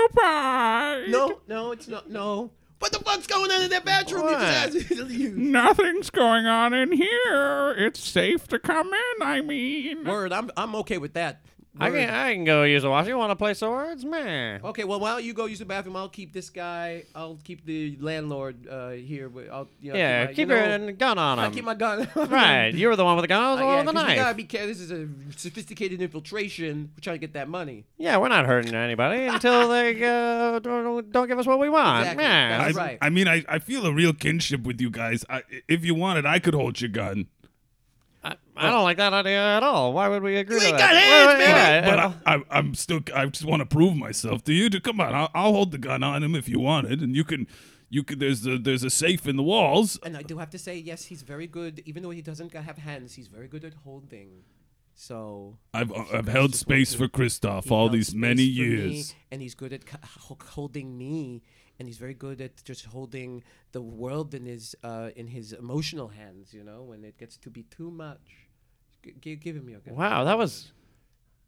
Speaker 5: occupied.
Speaker 8: no, no, it's not. No. What the fuck's going on in that bathroom? You just asked- you-
Speaker 5: Nothing's going on in here. It's safe to come in. I mean,
Speaker 8: Word, I'm I'm okay with that.
Speaker 2: I can, I can go use a washroom. You want to play some words, man?
Speaker 3: Okay, well, while you go use the bathroom, I'll keep this guy. I'll keep the landlord uh, here. But I'll, you know,
Speaker 2: yeah,
Speaker 3: my-
Speaker 2: keep
Speaker 3: you
Speaker 2: your
Speaker 3: know,
Speaker 2: uh, gun on
Speaker 3: I
Speaker 2: him.
Speaker 3: keep my gun.
Speaker 2: right, you were the one with the gun. I was
Speaker 3: Uh,
Speaker 2: the one
Speaker 3: yeah,
Speaker 2: with the
Speaker 3: 'cause we
Speaker 2: knife.
Speaker 3: gotta be careful. This is a sophisticated infiltration. We're trying to get that money.
Speaker 2: Yeah, we're not hurting anybody until they uh, don't, don't give us what we want.
Speaker 3: Exactly.
Speaker 2: Yeah.
Speaker 3: That's
Speaker 5: I,
Speaker 3: right.
Speaker 5: I mean, I, I feel a real kinship with you guys. I, if you wanted, I could hold your gun.
Speaker 2: I, I don't like that idea at all. Why would we agree
Speaker 3: You
Speaker 2: to
Speaker 3: ain't
Speaker 2: that?
Speaker 3: got hands,
Speaker 2: yeah,
Speaker 5: But
Speaker 2: uh,
Speaker 5: I, I, I'm still. I just want to prove myself to you. To come on, I'll, I'll hold the gun on him if you want it, and you can. You can. There's a, there's a safe in the walls.
Speaker 3: And I do have to say, yes, he's very good. Even though he doesn't g- have hands, he's very good at holding. So
Speaker 5: I've uh, I've
Speaker 3: guys
Speaker 5: held
Speaker 3: just
Speaker 5: space
Speaker 3: want
Speaker 5: for
Speaker 3: to-
Speaker 5: Christoph
Speaker 3: he
Speaker 5: all
Speaker 3: held
Speaker 5: these
Speaker 3: space
Speaker 5: many
Speaker 3: for me,
Speaker 5: years.
Speaker 3: and he's good at c- ho- holding me, and he's very good at just holding the world in his uh, in his emotional hands. You know, when it gets to be too much, G- gi- give him your gun.
Speaker 2: wow, that was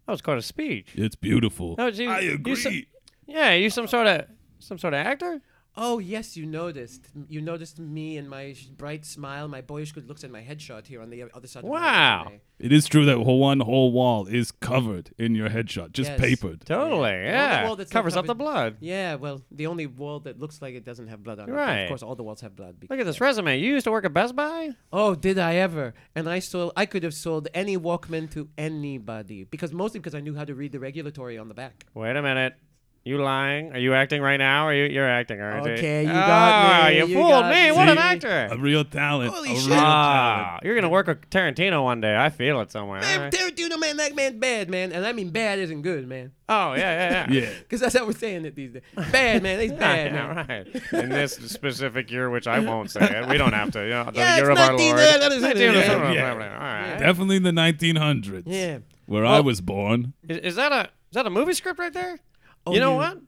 Speaker 2: that was quite a speech.
Speaker 5: It's beautiful.
Speaker 3: Oh,
Speaker 2: That was you,
Speaker 5: I
Speaker 2: you some-
Speaker 5: agree.
Speaker 2: yeah, you some sort of some sort of actor.
Speaker 3: Oh yes, you noticed. You noticed me and my sh- bright smile, my boyish good looks, and my headshot here on the other side. Of my
Speaker 2: Wow.
Speaker 3: resume.
Speaker 5: It is true that whole one whole wall is covered in your headshot, just
Speaker 3: Yes.
Speaker 5: papered.
Speaker 2: Totally,
Speaker 3: Yeah.
Speaker 2: yeah.
Speaker 3: Well, the wall that's not
Speaker 2: Covers up the
Speaker 3: covered-
Speaker 2: blood.
Speaker 3: Yeah, well, the only wall that looks like it doesn't have blood on it. but
Speaker 2: Right.
Speaker 3: Of course, all the walls have blood. Because,
Speaker 2: Look at this resume. You used to work at Best Buy.
Speaker 3: oh, did I ever? And I sold. I could have sold any Walkman to anybody because mostly because I knew how to read the regulatory on the back.
Speaker 2: Wait a minute. You lying? Are you acting right now? Or you, you're acting, aren't you?
Speaker 3: Okay, you got
Speaker 2: Ah,
Speaker 3: me,
Speaker 2: You,
Speaker 3: you
Speaker 2: fooled
Speaker 3: got
Speaker 2: me. What an
Speaker 3: me.
Speaker 5: A
Speaker 2: actor.
Speaker 5: real talent. a real talent.
Speaker 2: Ah, you're gonna work with Tarantino one day. I feel it somewhere. all
Speaker 3: Man,
Speaker 2: right.
Speaker 3: Tarantino, man, that man's bad, man, and I mean bad isn't good, man.
Speaker 2: Oh yeah, yeah, yeah.
Speaker 5: Yeah.
Speaker 3: Because that's how we're saying it these days. Bad, man. He's
Speaker 2: Yeah,
Speaker 3: bad, man.
Speaker 2: right. In this specific year, which I won't say it, we don't have to. You know, the
Speaker 3: Yeah,
Speaker 2: year
Speaker 3: it's
Speaker 2: of our Lord.
Speaker 3: 1900, that is it,
Speaker 2: 1900,
Speaker 5: yeah.
Speaker 2: blah,
Speaker 5: Yeah.
Speaker 2: blah, blah. All right.
Speaker 5: Definitely the 1900s.
Speaker 3: Yeah.
Speaker 5: Where I was born.
Speaker 2: Is, is that a is that a movie script right there?
Speaker 3: Oh,
Speaker 2: you know
Speaker 3: yeah.
Speaker 2: what?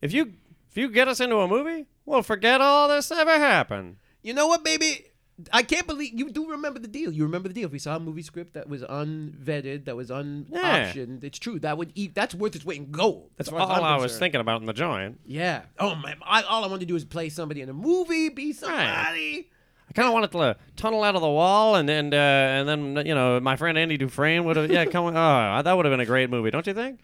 Speaker 2: If you if you get us into a movie, we'll forget all this ever happened.
Speaker 3: You know what, baby? I can't believe you do remember the deal. You remember the deal. If we saw a movie script that was unvetted, that was
Speaker 2: Yeah.
Speaker 3: unoptioned, it's true. That would eat. That's worth its weight in gold.
Speaker 2: That's
Speaker 3: as
Speaker 2: all
Speaker 3: far as I'm
Speaker 2: I was
Speaker 3: concerned.
Speaker 2: thinking about in the joint.
Speaker 3: Yeah. Oh my! I, all I want to do is play somebody in a movie, be somebody.
Speaker 2: I kind of wanted to tunnel out of the wall, and and uh, and then you know my friend Andy Dufresne would have yeah come. Oh, that would have been a great movie, don't you think?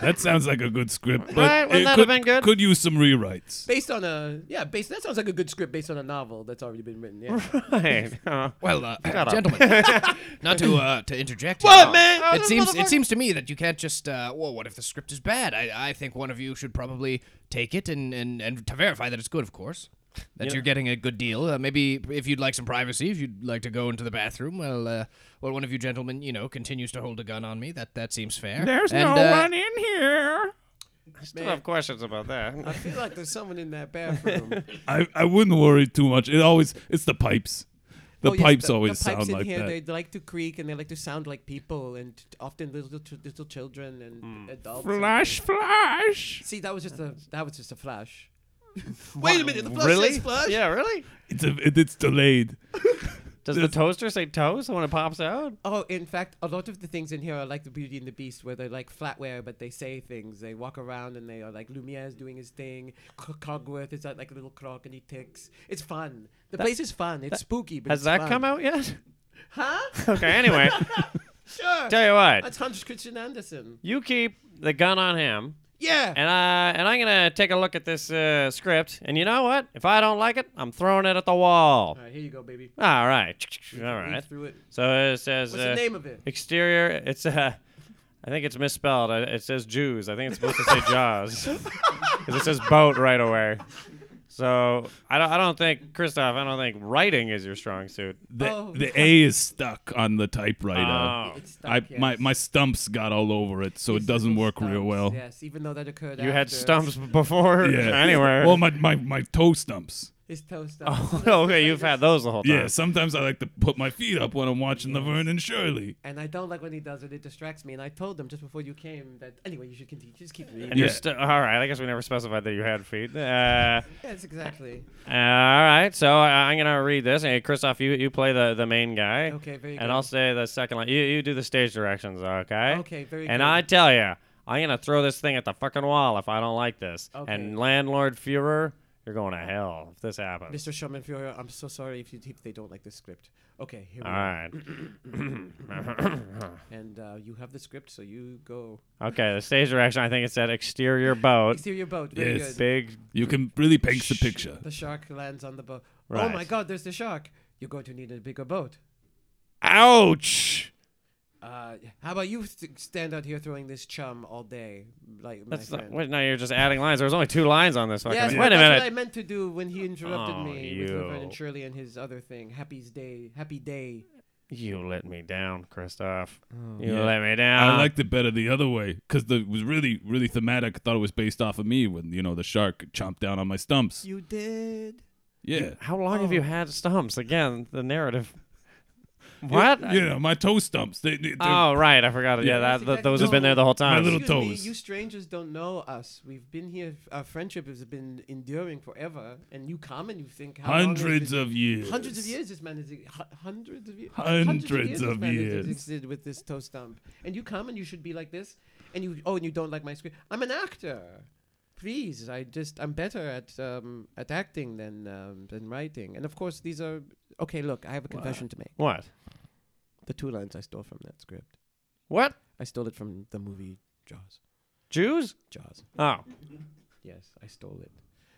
Speaker 5: That sounds like a good script. But
Speaker 2: Right, wouldn't
Speaker 5: it
Speaker 2: that have
Speaker 5: could,
Speaker 2: been good?
Speaker 5: could use some rewrites.
Speaker 3: Based on a yeah, based that sounds like a good script based on a novel that's already been written. Yeah.
Speaker 2: Right. Uh,
Speaker 4: Well, uh,
Speaker 2: up.
Speaker 4: gentlemen, not to uh, to interject. here.
Speaker 2: What, man? Oh,
Speaker 4: It
Speaker 2: this
Speaker 4: seems
Speaker 2: motherfucker-
Speaker 4: it seems to me that you can't just. Uh, well, what if the script is bad? I, I think one of you should probably take it and and, and to verify that it's good, of course. That you're getting a good deal. Uh, maybe if you'd like some privacy, if you'd like to go into the bathroom, well, uh, well, one of you gentlemen, you know, continues to hold a gun on me. That that seems fair. And, uh,
Speaker 5: in here.
Speaker 2: still have questions about that.
Speaker 3: I feel like there's someone in that bathroom.
Speaker 5: I, I wouldn't worry too much. It always it's the pipes. The
Speaker 3: Oh, yes,
Speaker 5: pipes
Speaker 3: the- the
Speaker 5: always
Speaker 3: pipes
Speaker 5: sound
Speaker 3: in
Speaker 5: like
Speaker 3: here,
Speaker 5: that.
Speaker 3: They like to creak and they like to sound like people, and t- often little ch- little children and adults. and
Speaker 5: Flash, flash.
Speaker 3: See, that was just a that was just a flash. Wait a minute, the flash
Speaker 2: really?
Speaker 3: says flash.
Speaker 2: Yeah, really?
Speaker 5: It's a, it, it's delayed.
Speaker 2: Does the toaster say toast when it pops out?
Speaker 3: Oh, in fact, a lot of the things in here are like the Beauty and the Beast, where they're like flatware, but they say things. They walk around and they are like Lumiere's doing his thing. C- Cogworth is that like a little croc and he ticks. It's fun. The place is fun. It's spooky. But
Speaker 2: Has
Speaker 3: it's
Speaker 2: that
Speaker 3: fun.
Speaker 2: come out yet?
Speaker 3: Huh?
Speaker 2: Okay, anyway,
Speaker 3: Sure.
Speaker 2: tell you what.
Speaker 3: That's Hans Christian Andersen.
Speaker 2: You keep the gun on him,
Speaker 3: Yeah.
Speaker 2: and I and I'm gonna take a look at this uh, script. And you know what? If I don't like it, I'm throwing it at the wall.
Speaker 3: All right, here you go, baby.
Speaker 2: All right, all
Speaker 3: Read
Speaker 2: right.
Speaker 3: Through it.
Speaker 2: So it says
Speaker 3: What's
Speaker 2: uh,
Speaker 3: the name of it?
Speaker 2: exterior. It's uh, I think it's misspelled. Uh, It says Jews. I think it's supposed to say Jaws, 'Cause it says boat right away. So I don't, I don't think Christoph. I don't think writing is your strong suit.
Speaker 5: The,
Speaker 3: Oh.
Speaker 5: the A is stuck on the typewriter.
Speaker 2: Oh.
Speaker 3: It's stuck,
Speaker 5: I
Speaker 3: yes.
Speaker 5: my my stumps got all over it, so
Speaker 3: It's
Speaker 5: it doesn't
Speaker 3: little
Speaker 5: work real
Speaker 3: stumps,
Speaker 5: well.
Speaker 3: Yes, even though that occurred.
Speaker 2: You had
Speaker 3: after.
Speaker 2: stumps b- before
Speaker 5: Yeah.
Speaker 2: anywhere.
Speaker 5: Well, my, my, my toe stumps.
Speaker 3: His toe stumps.
Speaker 2: oh, okay, you've had those the whole time.
Speaker 5: Yeah, sometimes I like to put my feet up when I'm watching the Vernon Shirley.
Speaker 3: And I don't like when he does it. It distracts me. And I told them just before you came that anyway, you should continue. Just keep reading.
Speaker 2: And you're
Speaker 5: Yeah.
Speaker 2: st- all right. I guess we never specified that you had feet. Uh,
Speaker 3: Yes, exactly.
Speaker 2: all right. So I- I'm gonna read this. Hey, Christoph, you, you play the, the main guy.
Speaker 3: Okay, very
Speaker 2: And
Speaker 3: good.
Speaker 2: I'll say the second line. You you do the stage directions. Okay.
Speaker 3: Okay, very
Speaker 2: And
Speaker 3: good.
Speaker 2: I tell you, I'm gonna throw this thing at the fucking wall if I don't like this.
Speaker 3: Okay.
Speaker 2: And landlord Fuhrer, You're going to hell if this happens.
Speaker 3: Mr. Sherman Fuhrer, I'm so sorry if you if they don't like the script. Okay, here we
Speaker 2: All
Speaker 3: are.
Speaker 2: right.
Speaker 3: And uh, you have the script, so you go.
Speaker 2: Okay, the stage direction, I think it said exterior boat.
Speaker 3: Exterior boat. Very
Speaker 5: Yes.
Speaker 3: good.
Speaker 2: Big.
Speaker 5: You can really paint the picture.
Speaker 3: The shark lands on the boat. Oh
Speaker 2: Right.
Speaker 3: my God! There's the shark. You're going to need a bigger boat.
Speaker 5: Ouch!
Speaker 3: Uh, how about you st- stand out here throwing this chum all day, like my
Speaker 2: That's not,
Speaker 3: friend?
Speaker 2: wait, now you're just adding lines. There was only two lines on this. fucking-
Speaker 3: Yes,
Speaker 2: wait a
Speaker 3: that's
Speaker 2: minute.
Speaker 3: what I meant to do when he interrupted
Speaker 2: Oh,
Speaker 3: me with
Speaker 2: you.
Speaker 3: Laverne and Shirley and his other thing, Happy's Day, Happy Day.
Speaker 2: You let me down, Christoph. you let me down.
Speaker 3: Uh-huh.
Speaker 5: I liked it better the other way because it was really, really thematic. I thought it was based off of me when, you know, the shark chomped down on my stumps.
Speaker 3: You did.
Speaker 5: Yeah.
Speaker 2: How long have you had stumps? Again, the narrative. What?
Speaker 5: You know, my toe stumps. They, they, are
Speaker 2: oh, right. I forgot. it. Yeah, that,
Speaker 3: That's
Speaker 2: th-
Speaker 3: exactly-
Speaker 2: those have been there the whole time.
Speaker 5: My little
Speaker 3: Excuse me,
Speaker 5: toes.
Speaker 3: you strangers don't know us. We've been here. Our friendship has been enduring forever, and you come and you think how long has
Speaker 5: hundreds
Speaker 3: this-
Speaker 5: of years.
Speaker 3: Hundreds of years this man has ex- hu- hundreds of years.
Speaker 5: Hundreds
Speaker 3: this
Speaker 5: of
Speaker 3: man has
Speaker 5: years.
Speaker 3: existed with this toe stump, and you come and you should be like this, and you oh and you don't like my script. I'm an actor. Please, I just I'm better at um, at acting than um, than writing. And of course, these are okay. Look, I have a confession to make.
Speaker 2: What?
Speaker 3: The two lines I stole from that script.
Speaker 2: What?
Speaker 3: I stole it from the movie Jaws.
Speaker 2: Jews?
Speaker 3: Jaws.
Speaker 2: Oh.
Speaker 3: Yes, I stole it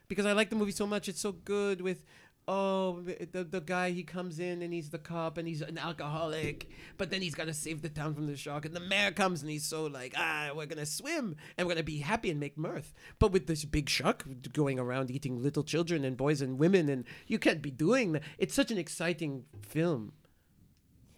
Speaker 3: because I like the movie so much. It's so good with oh the the guy he comes in and he's the cop and he's an alcoholic, but then he's gotta save the town from the shark. And the mayor comes and he's so like ah we're gonna swim and we're gonna be happy and make mirth. But with this big shark going around eating little children and boys and women and you can't be doing that. It's such an exciting film.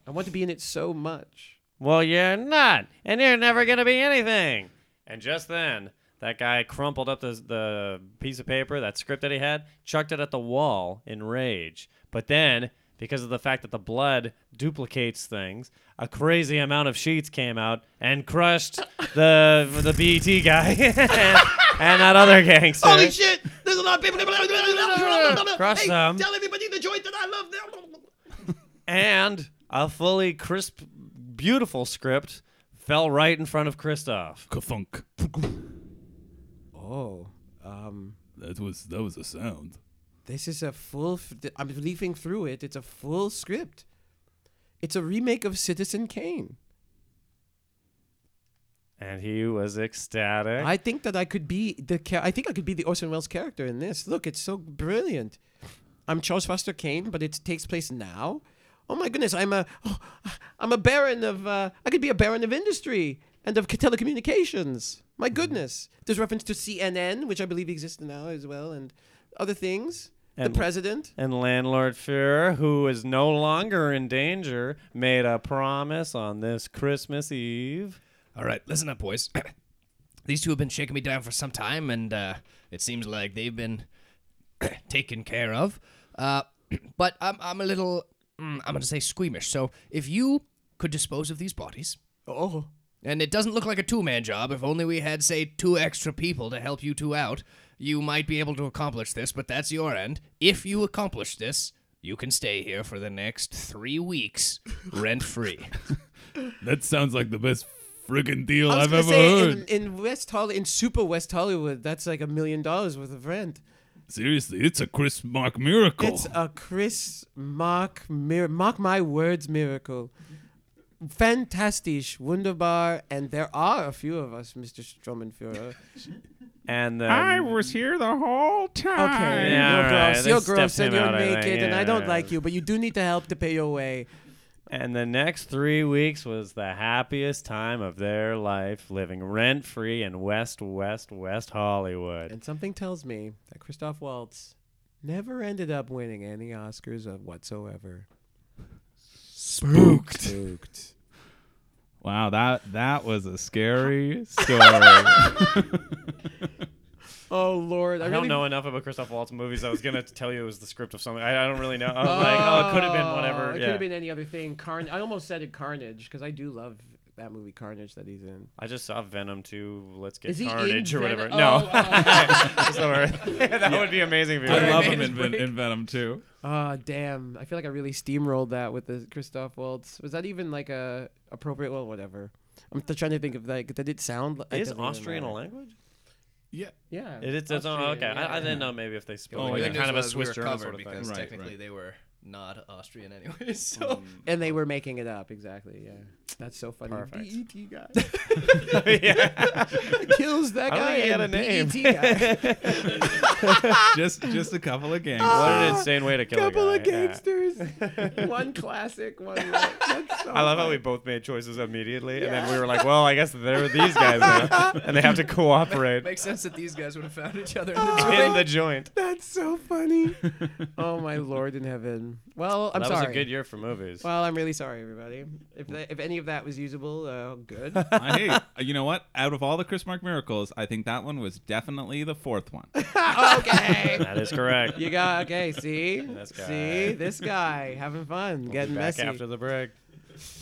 Speaker 3: I want to be in it so much.
Speaker 2: Well, you're not, and you're never gonna be anything. And just then, that guy crumpled up the the piece of paper, that script that he had, chucked it at the wall in rage. But then, because of the fact that the blood duplicates things, a crazy amount of sheets came out and crushed the the BET guy and that other gangster.
Speaker 3: Holy shit! There's a lot of people.
Speaker 2: Crush
Speaker 3: hey,
Speaker 2: them.
Speaker 3: Tell everybody the joint that I love. them.
Speaker 2: And a fully crisp, beautiful script fell right in front of Christoph.
Speaker 5: Kafunk.
Speaker 3: Oh, um,
Speaker 5: That was that was a sound.
Speaker 3: this is a full. F- th- I'm leafing through it. It's a full script. It's a remake of Citizen Kane.
Speaker 2: And he was ecstatic.
Speaker 3: I think that I could be the. Cha- I think I could be the Orson Welles character in this. Look, it's so brilliant. I'm Charles Foster Kane, but it takes place now. Oh my goodness, I'm a. Oh, I'm a baron of. Uh, I could be a baron of industry and of telecommunications. My goodness, there's reference to CNN, which I believe exists now as well, and other things.
Speaker 2: And-
Speaker 3: the president.
Speaker 2: And landlord Fuhrer, who is no longer in danger, made a promise on this Christmas Eve.
Speaker 4: All right, listen up, boys. These two have been shaking me down for some time, and uh, it seems like they've been taken care of. Uh, but I'm, I'm a little, mm, I'm going to say squeamish. So if you could dispose of these bodies,
Speaker 3: Oh.
Speaker 4: and it doesn't look like a two man job, if only we had, say, two extra people to help you two out, you might be able to accomplish this, but that's your end. If you accomplish this, you can stay here for the next three weeks rent free.
Speaker 5: That sounds like the best friggin' deal
Speaker 3: I was
Speaker 5: I've
Speaker 3: gonna
Speaker 5: ever
Speaker 3: say
Speaker 5: heard.
Speaker 3: in, in West Hollywood, in super West Hollywood, that's like a million dollars worth of rent.
Speaker 5: Seriously, it's a Chris Mark miracle.
Speaker 3: It's a Chris Mark mir- mark my words miracle. Fantastisch, wunderbar, and there are a few of us, Mr. Stromenfuhrer.
Speaker 2: And then
Speaker 5: was here the whole time.
Speaker 3: Okay,
Speaker 2: Yeah,
Speaker 3: you're
Speaker 2: all right,
Speaker 3: gross,
Speaker 2: they
Speaker 3: you're
Speaker 2: stepped
Speaker 3: gross, and
Speaker 2: him
Speaker 3: you're
Speaker 2: out, I think,
Speaker 3: naked, and I don't
Speaker 2: yeah.
Speaker 3: like you, but you do need the help to pay your way.
Speaker 2: and the next three weeks was the happiest time of their life, living rent free in West West West Hollywood.
Speaker 3: And something tells me that Christoph Waltz never ended up winning any Oscars of whatsoever.
Speaker 5: Spooked.
Speaker 3: Spooked.
Speaker 1: Wow, that that was a scary story.
Speaker 3: Oh Lord, I,
Speaker 2: I
Speaker 3: really
Speaker 2: don't know enough about Christoph Waltz movies. I was gonna tell you it was the script of something. I, I don't really know. I'm like, oh, it could have been
Speaker 3: Oh,
Speaker 2: whatever.
Speaker 3: It
Speaker 2: yeah.
Speaker 3: could have been any other thing. Carn. I almost said it Carnage because I do love that movie Carnage that he's in.
Speaker 2: I just saw Venom 2, Let's Get
Speaker 3: Is he in
Speaker 2: Carnage or whatever.
Speaker 3: Venom?
Speaker 2: No.
Speaker 3: Oh,
Speaker 2: Sorry. that would be amazing if you
Speaker 1: I
Speaker 2: were-
Speaker 1: love him in, Ven- in Venom too.
Speaker 3: Ah, damn. I feel like I really steamrolled that with the Christoph Waltz. Was that even like a appropriate? Well, whatever. I'm th- trying to think of like did it sound? Like,
Speaker 2: Is Austrian a language?
Speaker 1: Yeah.
Speaker 3: Yeah.
Speaker 2: It, it's, it's, oh,
Speaker 9: Austrian,
Speaker 2: okay.
Speaker 9: yeah,
Speaker 2: I, Oh, I didn't know maybe if they split.
Speaker 9: Well,
Speaker 2: it,
Speaker 9: the
Speaker 2: like
Speaker 9: good
Speaker 2: kind
Speaker 9: news
Speaker 2: of
Speaker 9: was
Speaker 2: a
Speaker 9: we were
Speaker 2: Swiss German
Speaker 9: covered
Speaker 2: sort of thing.
Speaker 9: because
Speaker 1: Oh, Right,
Speaker 9: technically
Speaker 1: right.
Speaker 9: they were not Austrian anyway. So
Speaker 2: Mm-hmm.
Speaker 3: and they were making it up exactly. Yeah, that's so funny. E
Speaker 2: Perfect.
Speaker 3: BET guy
Speaker 2: yeah.
Speaker 3: kills that
Speaker 2: I don't
Speaker 3: guy. E
Speaker 2: think he had
Speaker 3: and
Speaker 2: a name.
Speaker 3: BET guy.
Speaker 1: just just a couple of gangs.
Speaker 2: What an insane way to kill
Speaker 3: Couple
Speaker 2: a
Speaker 3: of
Speaker 2: guy. yeah.
Speaker 3: gangsters. one classic, one. Right. That's so
Speaker 2: I love how we
Speaker 3: funny.
Speaker 2: both made choices immediately, and then we were like, "Well, I guess they're these guys, now, and they have to cooperate
Speaker 9: makes sense that these guys would have found each other in the
Speaker 2: in the joint."
Speaker 3: That's so funny. oh my lord in heaven. Well, I'm
Speaker 2: that
Speaker 3: sorry.
Speaker 2: was a good year for movies.
Speaker 3: Well, I'm really sorry, everybody. If that, if any of that was usable, uh, good.
Speaker 1: I, hey, uh, you know what? Out of all the Chris Mark miracles, I think that one was definitely the fourth one.
Speaker 3: okay.
Speaker 2: that is correct.
Speaker 3: You got okay. See,
Speaker 2: This guy.
Speaker 3: see this guy having fun, getting
Speaker 2: Back
Speaker 3: messy.
Speaker 2: after the break.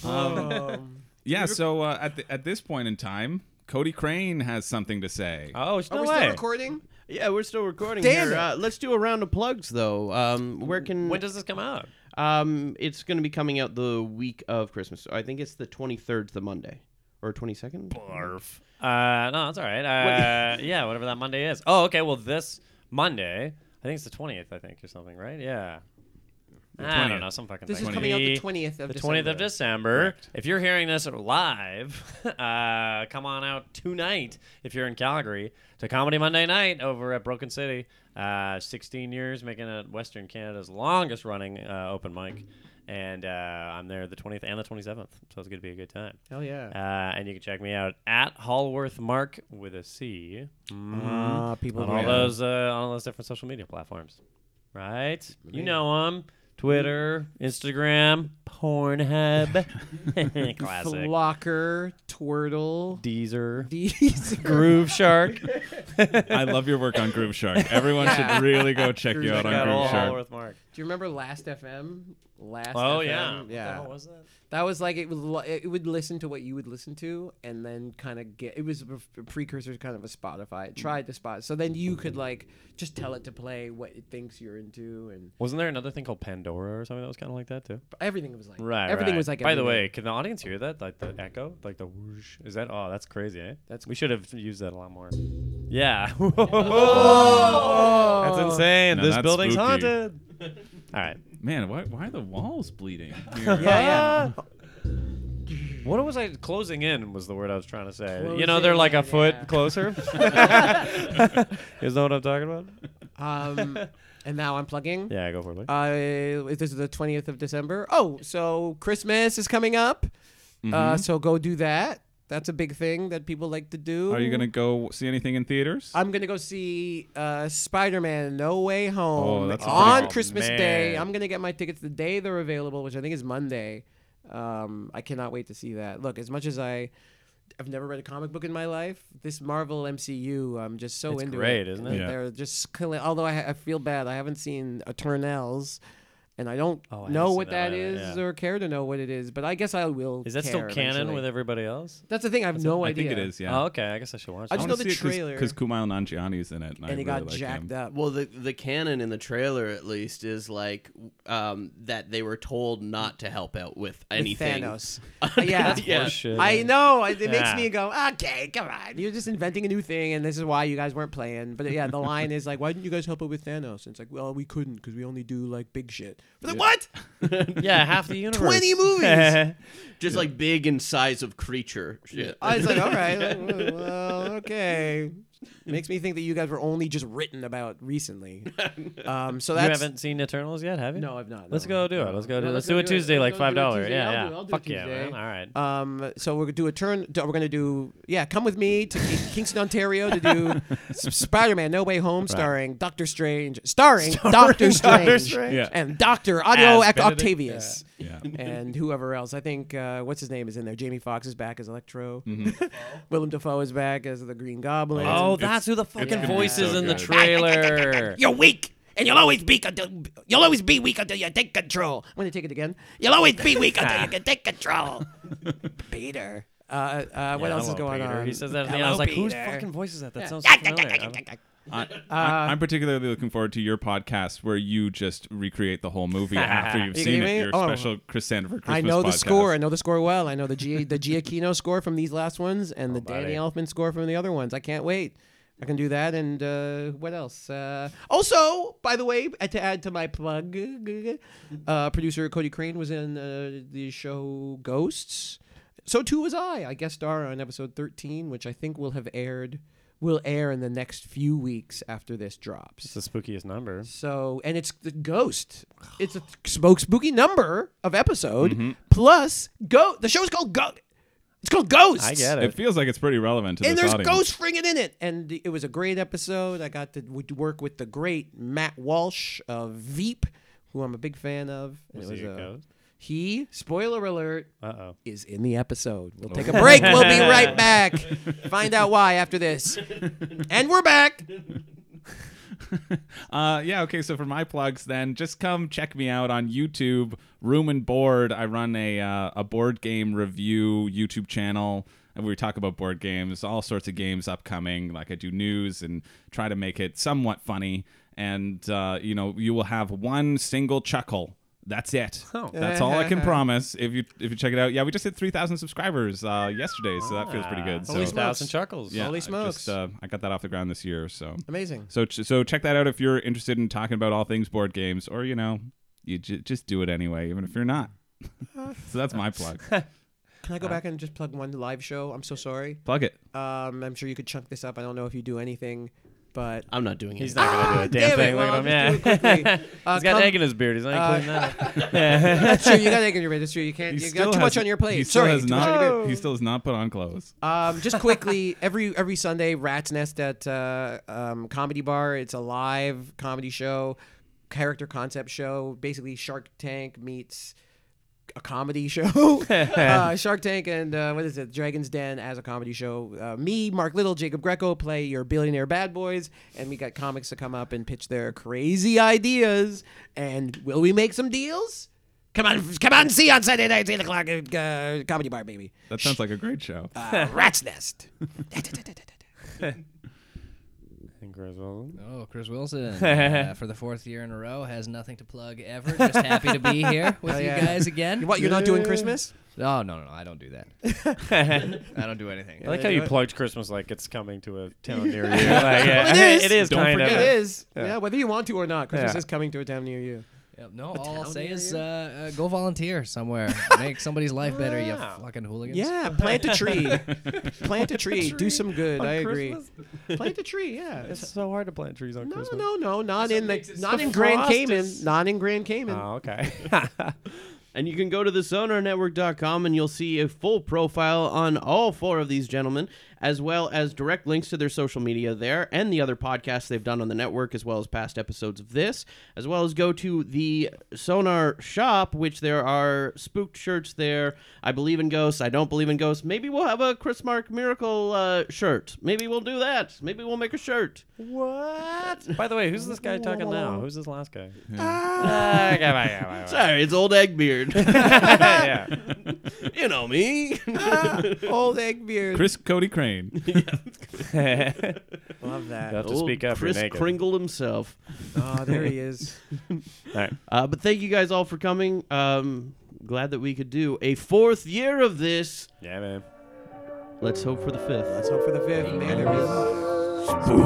Speaker 3: Um,
Speaker 1: Yeah. So uh, at the, at this point in time, Cody Crane has something to say.
Speaker 2: Oh, sh-
Speaker 3: are
Speaker 2: no
Speaker 3: we
Speaker 2: way.
Speaker 3: still recording?
Speaker 7: Yeah, we're still recording
Speaker 3: Damn
Speaker 7: here.
Speaker 3: it.
Speaker 7: Uh, let's do a round of plugs though. Um, where can
Speaker 2: when does this come out?
Speaker 7: um, it's going to be coming out the week of Christmas. I think it's the 23rd, the Monday or 22nd.
Speaker 2: Uh, no, that's all right. Uh, yeah, whatever that Monday is. Oh, okay. Well, this Monday, I think it's the twentieth. I think or something, right? Yeah. I don't
Speaker 1: 20th.
Speaker 2: know. Some fucking.
Speaker 3: This
Speaker 2: thing.
Speaker 3: is coming out the 20th of
Speaker 2: the 20th of
Speaker 3: December.
Speaker 2: December. If you're hearing this live, uh, come on out tonight if you're in Calgary to Comedy Monday Night over at Broken City. Uh, 16 years making it Western Canada's longest running uh, open mic. And uh, I'm there the 20th and the 27th. So it's going to be a good time.
Speaker 3: Hell yeah.
Speaker 2: Uh, and you can check me out at Hallworth Mark with a C
Speaker 3: Ah, people
Speaker 2: on
Speaker 3: who
Speaker 2: all
Speaker 3: are-
Speaker 2: those uh, on all those different social media platforms, right? You know them: Twitter, Instagram, Pornhub, classic,
Speaker 3: Flocker, Twirtle,
Speaker 2: Deezer,
Speaker 3: D's,
Speaker 2: Groove Shark.
Speaker 1: I love your work on Groove Shark. Everyone should really go check you out on
Speaker 2: Got all
Speaker 1: Groove Shark.
Speaker 2: Hallworth Mark.
Speaker 3: Do you remember Last FM? Last.
Speaker 2: Oh
Speaker 3: FM?
Speaker 2: yeah,
Speaker 3: yeah.
Speaker 2: What was that?
Speaker 3: That was like it would li- it would listen to what you would listen to, and then kind of get it was a pre- precursor to kind of a
Speaker 2: Mm-hmm.
Speaker 3: Spotify. It tried to spot, so then you could like just tell it to play what it thinks you're into, and
Speaker 2: Wasn't there another thing called Pandora or something that was kind of like that too?
Speaker 3: everything was like
Speaker 2: Right.
Speaker 3: Everything
Speaker 2: right.
Speaker 3: was like.
Speaker 2: By the
Speaker 3: everything.
Speaker 2: way, can the audience hear that? Like the echo, like the whoosh. Is that? Oh, that's crazy. Eh?
Speaker 3: That's-
Speaker 2: we should have used that a lot more. Yeah. That's insane.
Speaker 1: Now
Speaker 2: this
Speaker 1: that's
Speaker 2: building's
Speaker 1: spooky.
Speaker 2: haunted. All right.
Speaker 1: Man, why, why are the walls bleeding? Here?
Speaker 3: yeah, yeah.
Speaker 2: Ah. What was I closing in? Was the word I was trying to say. you know, they're like a
Speaker 3: Closing in,
Speaker 2: foot
Speaker 3: yeah.
Speaker 2: closer. you guys know what I'm talking about?
Speaker 3: Um, and now I'm plugging.
Speaker 2: Yeah, go for it. Lee.
Speaker 3: Uh, this is the 20th of December. Oh, so Christmas is coming up.
Speaker 2: Mm-hmm.
Speaker 3: Uh, so go do that. That's a big thing that people like to do.
Speaker 1: Are you gonna go see anything in theaters?
Speaker 3: I'm gonna go see uh, Spider-Man: No Way Home
Speaker 1: Oh, that's a
Speaker 3: on
Speaker 2: pretty-
Speaker 3: Christmas
Speaker 2: Oh,
Speaker 3: Day.
Speaker 2: man.
Speaker 3: I'm gonna get my tickets the day they're available, which I think is Monday. Um, I cannot wait to see that. Look, as much as I, I've never read a comic book in my life. This Marvel MCU, I'm just so
Speaker 2: It's
Speaker 3: into
Speaker 2: great,
Speaker 3: it.
Speaker 2: isn't it?
Speaker 1: Yeah.
Speaker 3: They're just killing. Although I, I feel bad, I haven't seen Eternals, and I don't
Speaker 2: Oh, I haven't
Speaker 3: know
Speaker 2: seen
Speaker 3: what
Speaker 2: that
Speaker 3: that
Speaker 2: either,
Speaker 3: is
Speaker 2: yeah.
Speaker 3: or care to know what it is. But I guess I will.
Speaker 2: Is that still
Speaker 3: care
Speaker 2: canon
Speaker 3: eventually.
Speaker 2: with everybody else?
Speaker 3: That's the thing. I have no
Speaker 1: I
Speaker 3: idea.
Speaker 1: think it is. Yeah.
Speaker 2: Oh, okay. I guess I should watch.
Speaker 3: I
Speaker 2: that.
Speaker 3: just know the trailer,
Speaker 1: because Kumail Nanjiani's in it, and, I
Speaker 3: and he got
Speaker 1: really like
Speaker 3: jacked
Speaker 1: him.
Speaker 3: up.
Speaker 7: Well, the the canon in the trailer, at least, is like um, that they were told not to help out with
Speaker 3: with
Speaker 7: anything.
Speaker 3: Thanos. yeah.
Speaker 7: Yeah.
Speaker 2: Horseshit.
Speaker 3: I know. It it makes
Speaker 2: Yeah.
Speaker 3: me go, okay, come on. You're just inventing a new thing, and this is why you guys weren't playing. But yeah, the line is like, why didn't you guys help it with Thanos? And it's like, well, we couldn't because we only do like big shit. But then What?
Speaker 2: yeah, half the universe.
Speaker 3: 20 movies.
Speaker 7: Just like big in size of creature. Shit.
Speaker 3: I was like, all right, like, well, okay. Makes me think that you guys were only just written about recently. Um, so
Speaker 2: you
Speaker 3: that's
Speaker 2: haven't seen Eternals yet, have you?
Speaker 3: no, I've not.
Speaker 2: Let's
Speaker 3: no.
Speaker 2: go do it. Let's go do.
Speaker 3: No,
Speaker 2: it.
Speaker 3: let's
Speaker 2: Let's
Speaker 3: go
Speaker 2: do it
Speaker 3: do it.
Speaker 2: Tuesday, like
Speaker 3: Let's go
Speaker 2: five
Speaker 3: do it
Speaker 2: dollars.
Speaker 3: Tuesday.
Speaker 2: Yeah,
Speaker 3: I'll
Speaker 2: yeah.
Speaker 3: do it. I'll do it
Speaker 2: Fuck yeah,
Speaker 3: Tuesday.
Speaker 2: man. All right.
Speaker 3: Um, so we're gonna do a turn. d- We're gonna do yeah. Come with me to Ki- Kingston, Ontario, to do S- Spider-Man: No Way Home, starring Doctor Strange, starring, Doctor Strange,
Speaker 1: Yeah.
Speaker 3: and Doctor Audio
Speaker 2: As
Speaker 3: Ac-
Speaker 2: Benedict-
Speaker 3: Octavius,
Speaker 1: Yeah.
Speaker 3: and whoever else. I think uh, what's his name is in there. Jamie Foxx is back as Electro. Willem Dafoe is back as the Green Goblin.
Speaker 2: Oh,
Speaker 1: It's-
Speaker 2: that's who the
Speaker 1: gonna
Speaker 2: fucking
Speaker 1: be
Speaker 2: voice
Speaker 1: so
Speaker 2: is in the
Speaker 1: good.
Speaker 2: trailer.
Speaker 3: You're weak, and you'll always be until you'll always be weak until you take control. I'm gonna take it again. You'll always be weak until you can take control. Peter. Uh, uh, what
Speaker 2: Yeah,
Speaker 3: else is
Speaker 2: hello,
Speaker 3: going
Speaker 2: Peter.
Speaker 3: on?
Speaker 2: He says that, at the end. I
Speaker 3: Hello,
Speaker 2: was like, "Whose
Speaker 3: Peter.
Speaker 2: fucking voice is that? That sounds so familiar." I don't-
Speaker 3: Uh,
Speaker 1: I, I, I'm particularly looking forward to your podcast where you just recreate the whole movie after you've
Speaker 3: You
Speaker 1: seen
Speaker 3: kidding
Speaker 1: it.
Speaker 3: me?
Speaker 1: Your
Speaker 3: Oh.
Speaker 1: special Chris Sandford Christmas
Speaker 3: I know the
Speaker 1: podcast.
Speaker 3: score. I know the score well. I know the G- the Giacchino score from these last ones and the Danny Elfman score from the other ones. I can't wait. I can do that. And uh, what else? Uh, also, by the way, uh, to add to my plug, uh, producer Cody Crane was in uh, the show Ghosts. So too was I. I guest star on episode 13, which I think will have aired, will air in the next few weeks after this drops.
Speaker 2: It's the spookiest number.
Speaker 3: So, and it's the ghost. It's a spoke spooky number of episode
Speaker 2: Mm-hmm.
Speaker 3: plus go. The show's called Go. It's called Ghosts.
Speaker 2: I get
Speaker 1: It
Speaker 2: it.
Speaker 1: feels like it's pretty relevant to
Speaker 3: And
Speaker 1: this
Speaker 3: there's
Speaker 1: audience.
Speaker 3: ghosts friggin' in it. And it was a great episode. I got to w- work with the great Matt Walsh of Veep, who I'm a big fan of. And
Speaker 2: Was
Speaker 3: it
Speaker 2: he a ghost?
Speaker 3: He, spoiler alert,
Speaker 2: Uh oh.
Speaker 3: is in the episode. We'll take a break. We'll be right back. Find out why after this. And we're back.
Speaker 1: Uh, yeah, okay. So for my plugs, then just come check me out on YouTube, Room and Board. I run a uh, a board game review YouTube channel, and we talk about board games, all sorts of games upcoming. Like I do news and try to make it somewhat funny, and uh, you know you will have one single chuckle. That's it.
Speaker 3: Oh.
Speaker 1: That's all I can promise. If you if you check it out, yeah, we just hit three thousand subscribers uh, yesterday, so that feels pretty good. So
Speaker 2: Holy thousand chuckles.
Speaker 1: yeah,
Speaker 3: Ah. Holy
Speaker 1: I
Speaker 3: smokes.
Speaker 1: just, uh, I got that off the ground this year, so
Speaker 3: Amazing.
Speaker 1: so ch- so check that out if you're interested in talking about all things board games, or you know, you j- just do it anyway, even if you're not. so that's my plug.
Speaker 3: Can
Speaker 2: Uh,
Speaker 3: I go back and just plug one live show? I'm so sorry.
Speaker 1: Plug it.
Speaker 3: Um, I'm sure you could chunk this up. I don't know if you do anything, but
Speaker 7: I'm not doing
Speaker 2: He's
Speaker 7: it.
Speaker 2: not gonna do a
Speaker 3: Ah, damn
Speaker 2: damn
Speaker 3: it.
Speaker 2: thing.
Speaker 3: Well,
Speaker 2: Look
Speaker 3: I'll
Speaker 2: at him.
Speaker 3: just do
Speaker 2: Yeah.
Speaker 3: it quickly. uh,
Speaker 2: He's got
Speaker 3: come-
Speaker 2: egg in his beard. He's not
Speaker 3: uh,
Speaker 2: cleaning that. up.
Speaker 3: That's true. You got egg in your plate. That's true. You can't.
Speaker 1: He
Speaker 3: you
Speaker 1: still
Speaker 3: got too
Speaker 1: has-
Speaker 3: much on your plate.
Speaker 1: He still
Speaker 3: Sorry,
Speaker 1: has
Speaker 3: too much on your plate.
Speaker 1: not. He still has not put on clothes.
Speaker 3: Um, just quickly, every every Sunday, Rat's Nest at uh, um, Comedy Bar. It's a live comedy show, character concept show. Basically, Shark Tank meets a comedy show. uh, Shark Tank and uh, what is it? Dragon's Den as a comedy show. Uh, me, Mark Little, Jacob Greco play your billionaire bad boys, and we got comics to come up and pitch their crazy ideas. And will we make some deals? Come on, come on, see you on Sunday night, eight o'clock, at, uh, comedy bar, baby.
Speaker 1: That sounds like a great show.
Speaker 3: Uh, rat's nest.
Speaker 2: And Griswold.
Speaker 9: Oh, Chris Wilson uh, for the fourth year in a row has nothing to plug ever. Just happy to be here with Oh, you
Speaker 3: yeah.
Speaker 9: guys again.
Speaker 3: what? You're not doing Christmas?
Speaker 9: Oh no, no, no! I don't do that. I don't do anything.
Speaker 2: I like how you plugged Christmas like it's coming to a town near you. Like, yeah,
Speaker 3: it is.
Speaker 2: It is
Speaker 1: Don't
Speaker 2: kind
Speaker 1: forget
Speaker 2: of.
Speaker 3: It is. Yeah.
Speaker 2: Yeah.
Speaker 3: whether you want to or not, Christmas
Speaker 2: Yeah.
Speaker 3: is coming to a town near you.
Speaker 9: Yep, no, all I'll
Speaker 3: town
Speaker 9: say
Speaker 3: near
Speaker 9: is
Speaker 3: you?
Speaker 9: uh, uh, go volunteer somewhere, make somebody's life better. You
Speaker 2: Wow.
Speaker 9: fucking hooligans.
Speaker 3: Yeah, plant a tree. plant a tree. Do some good. I agree. Plant a tree. Yeah.
Speaker 2: It's so hard to plant trees on
Speaker 3: no,
Speaker 2: Christmas.
Speaker 3: no, no, not in the, not
Speaker 2: the
Speaker 3: in Grand
Speaker 2: frost
Speaker 3: Cayman,
Speaker 2: is-
Speaker 3: not in Grand Cayman.
Speaker 2: Oh, okay.
Speaker 7: And you can go to the sonarnetwork.com and you'll see a full profile on all four of these gentlemen, as well as direct links to their social media there and the other podcasts they've done on the network, as well as past episodes of this, as well as go to the Sonar shop, which there are spooked shirts there. I believe in ghosts. I don't believe in ghosts. Maybe we'll have a Chris Mark Miracle uh, shirt. Maybe we'll do that. Maybe we'll make a shirt.
Speaker 2: what? By the way, who's this guy talking now? Who's this last guy?
Speaker 7: Sorry, it's old Eggbeard.
Speaker 2: yeah.
Speaker 7: you know me.
Speaker 3: Old egg beard.
Speaker 1: Chris Cody Crane.
Speaker 3: Love
Speaker 2: You'll
Speaker 3: that.
Speaker 2: have to speak up.
Speaker 7: Chris
Speaker 2: you're naked.
Speaker 7: Kringle himself.
Speaker 3: Oh, there he is.
Speaker 2: All right.
Speaker 7: Uh, but thank you guys all for coming. Um, glad that we could do a fourth year of this.
Speaker 2: Yeah, man.
Speaker 7: Let's hope for the fifth.
Speaker 3: Let's hope for the fifth. Man, there he is.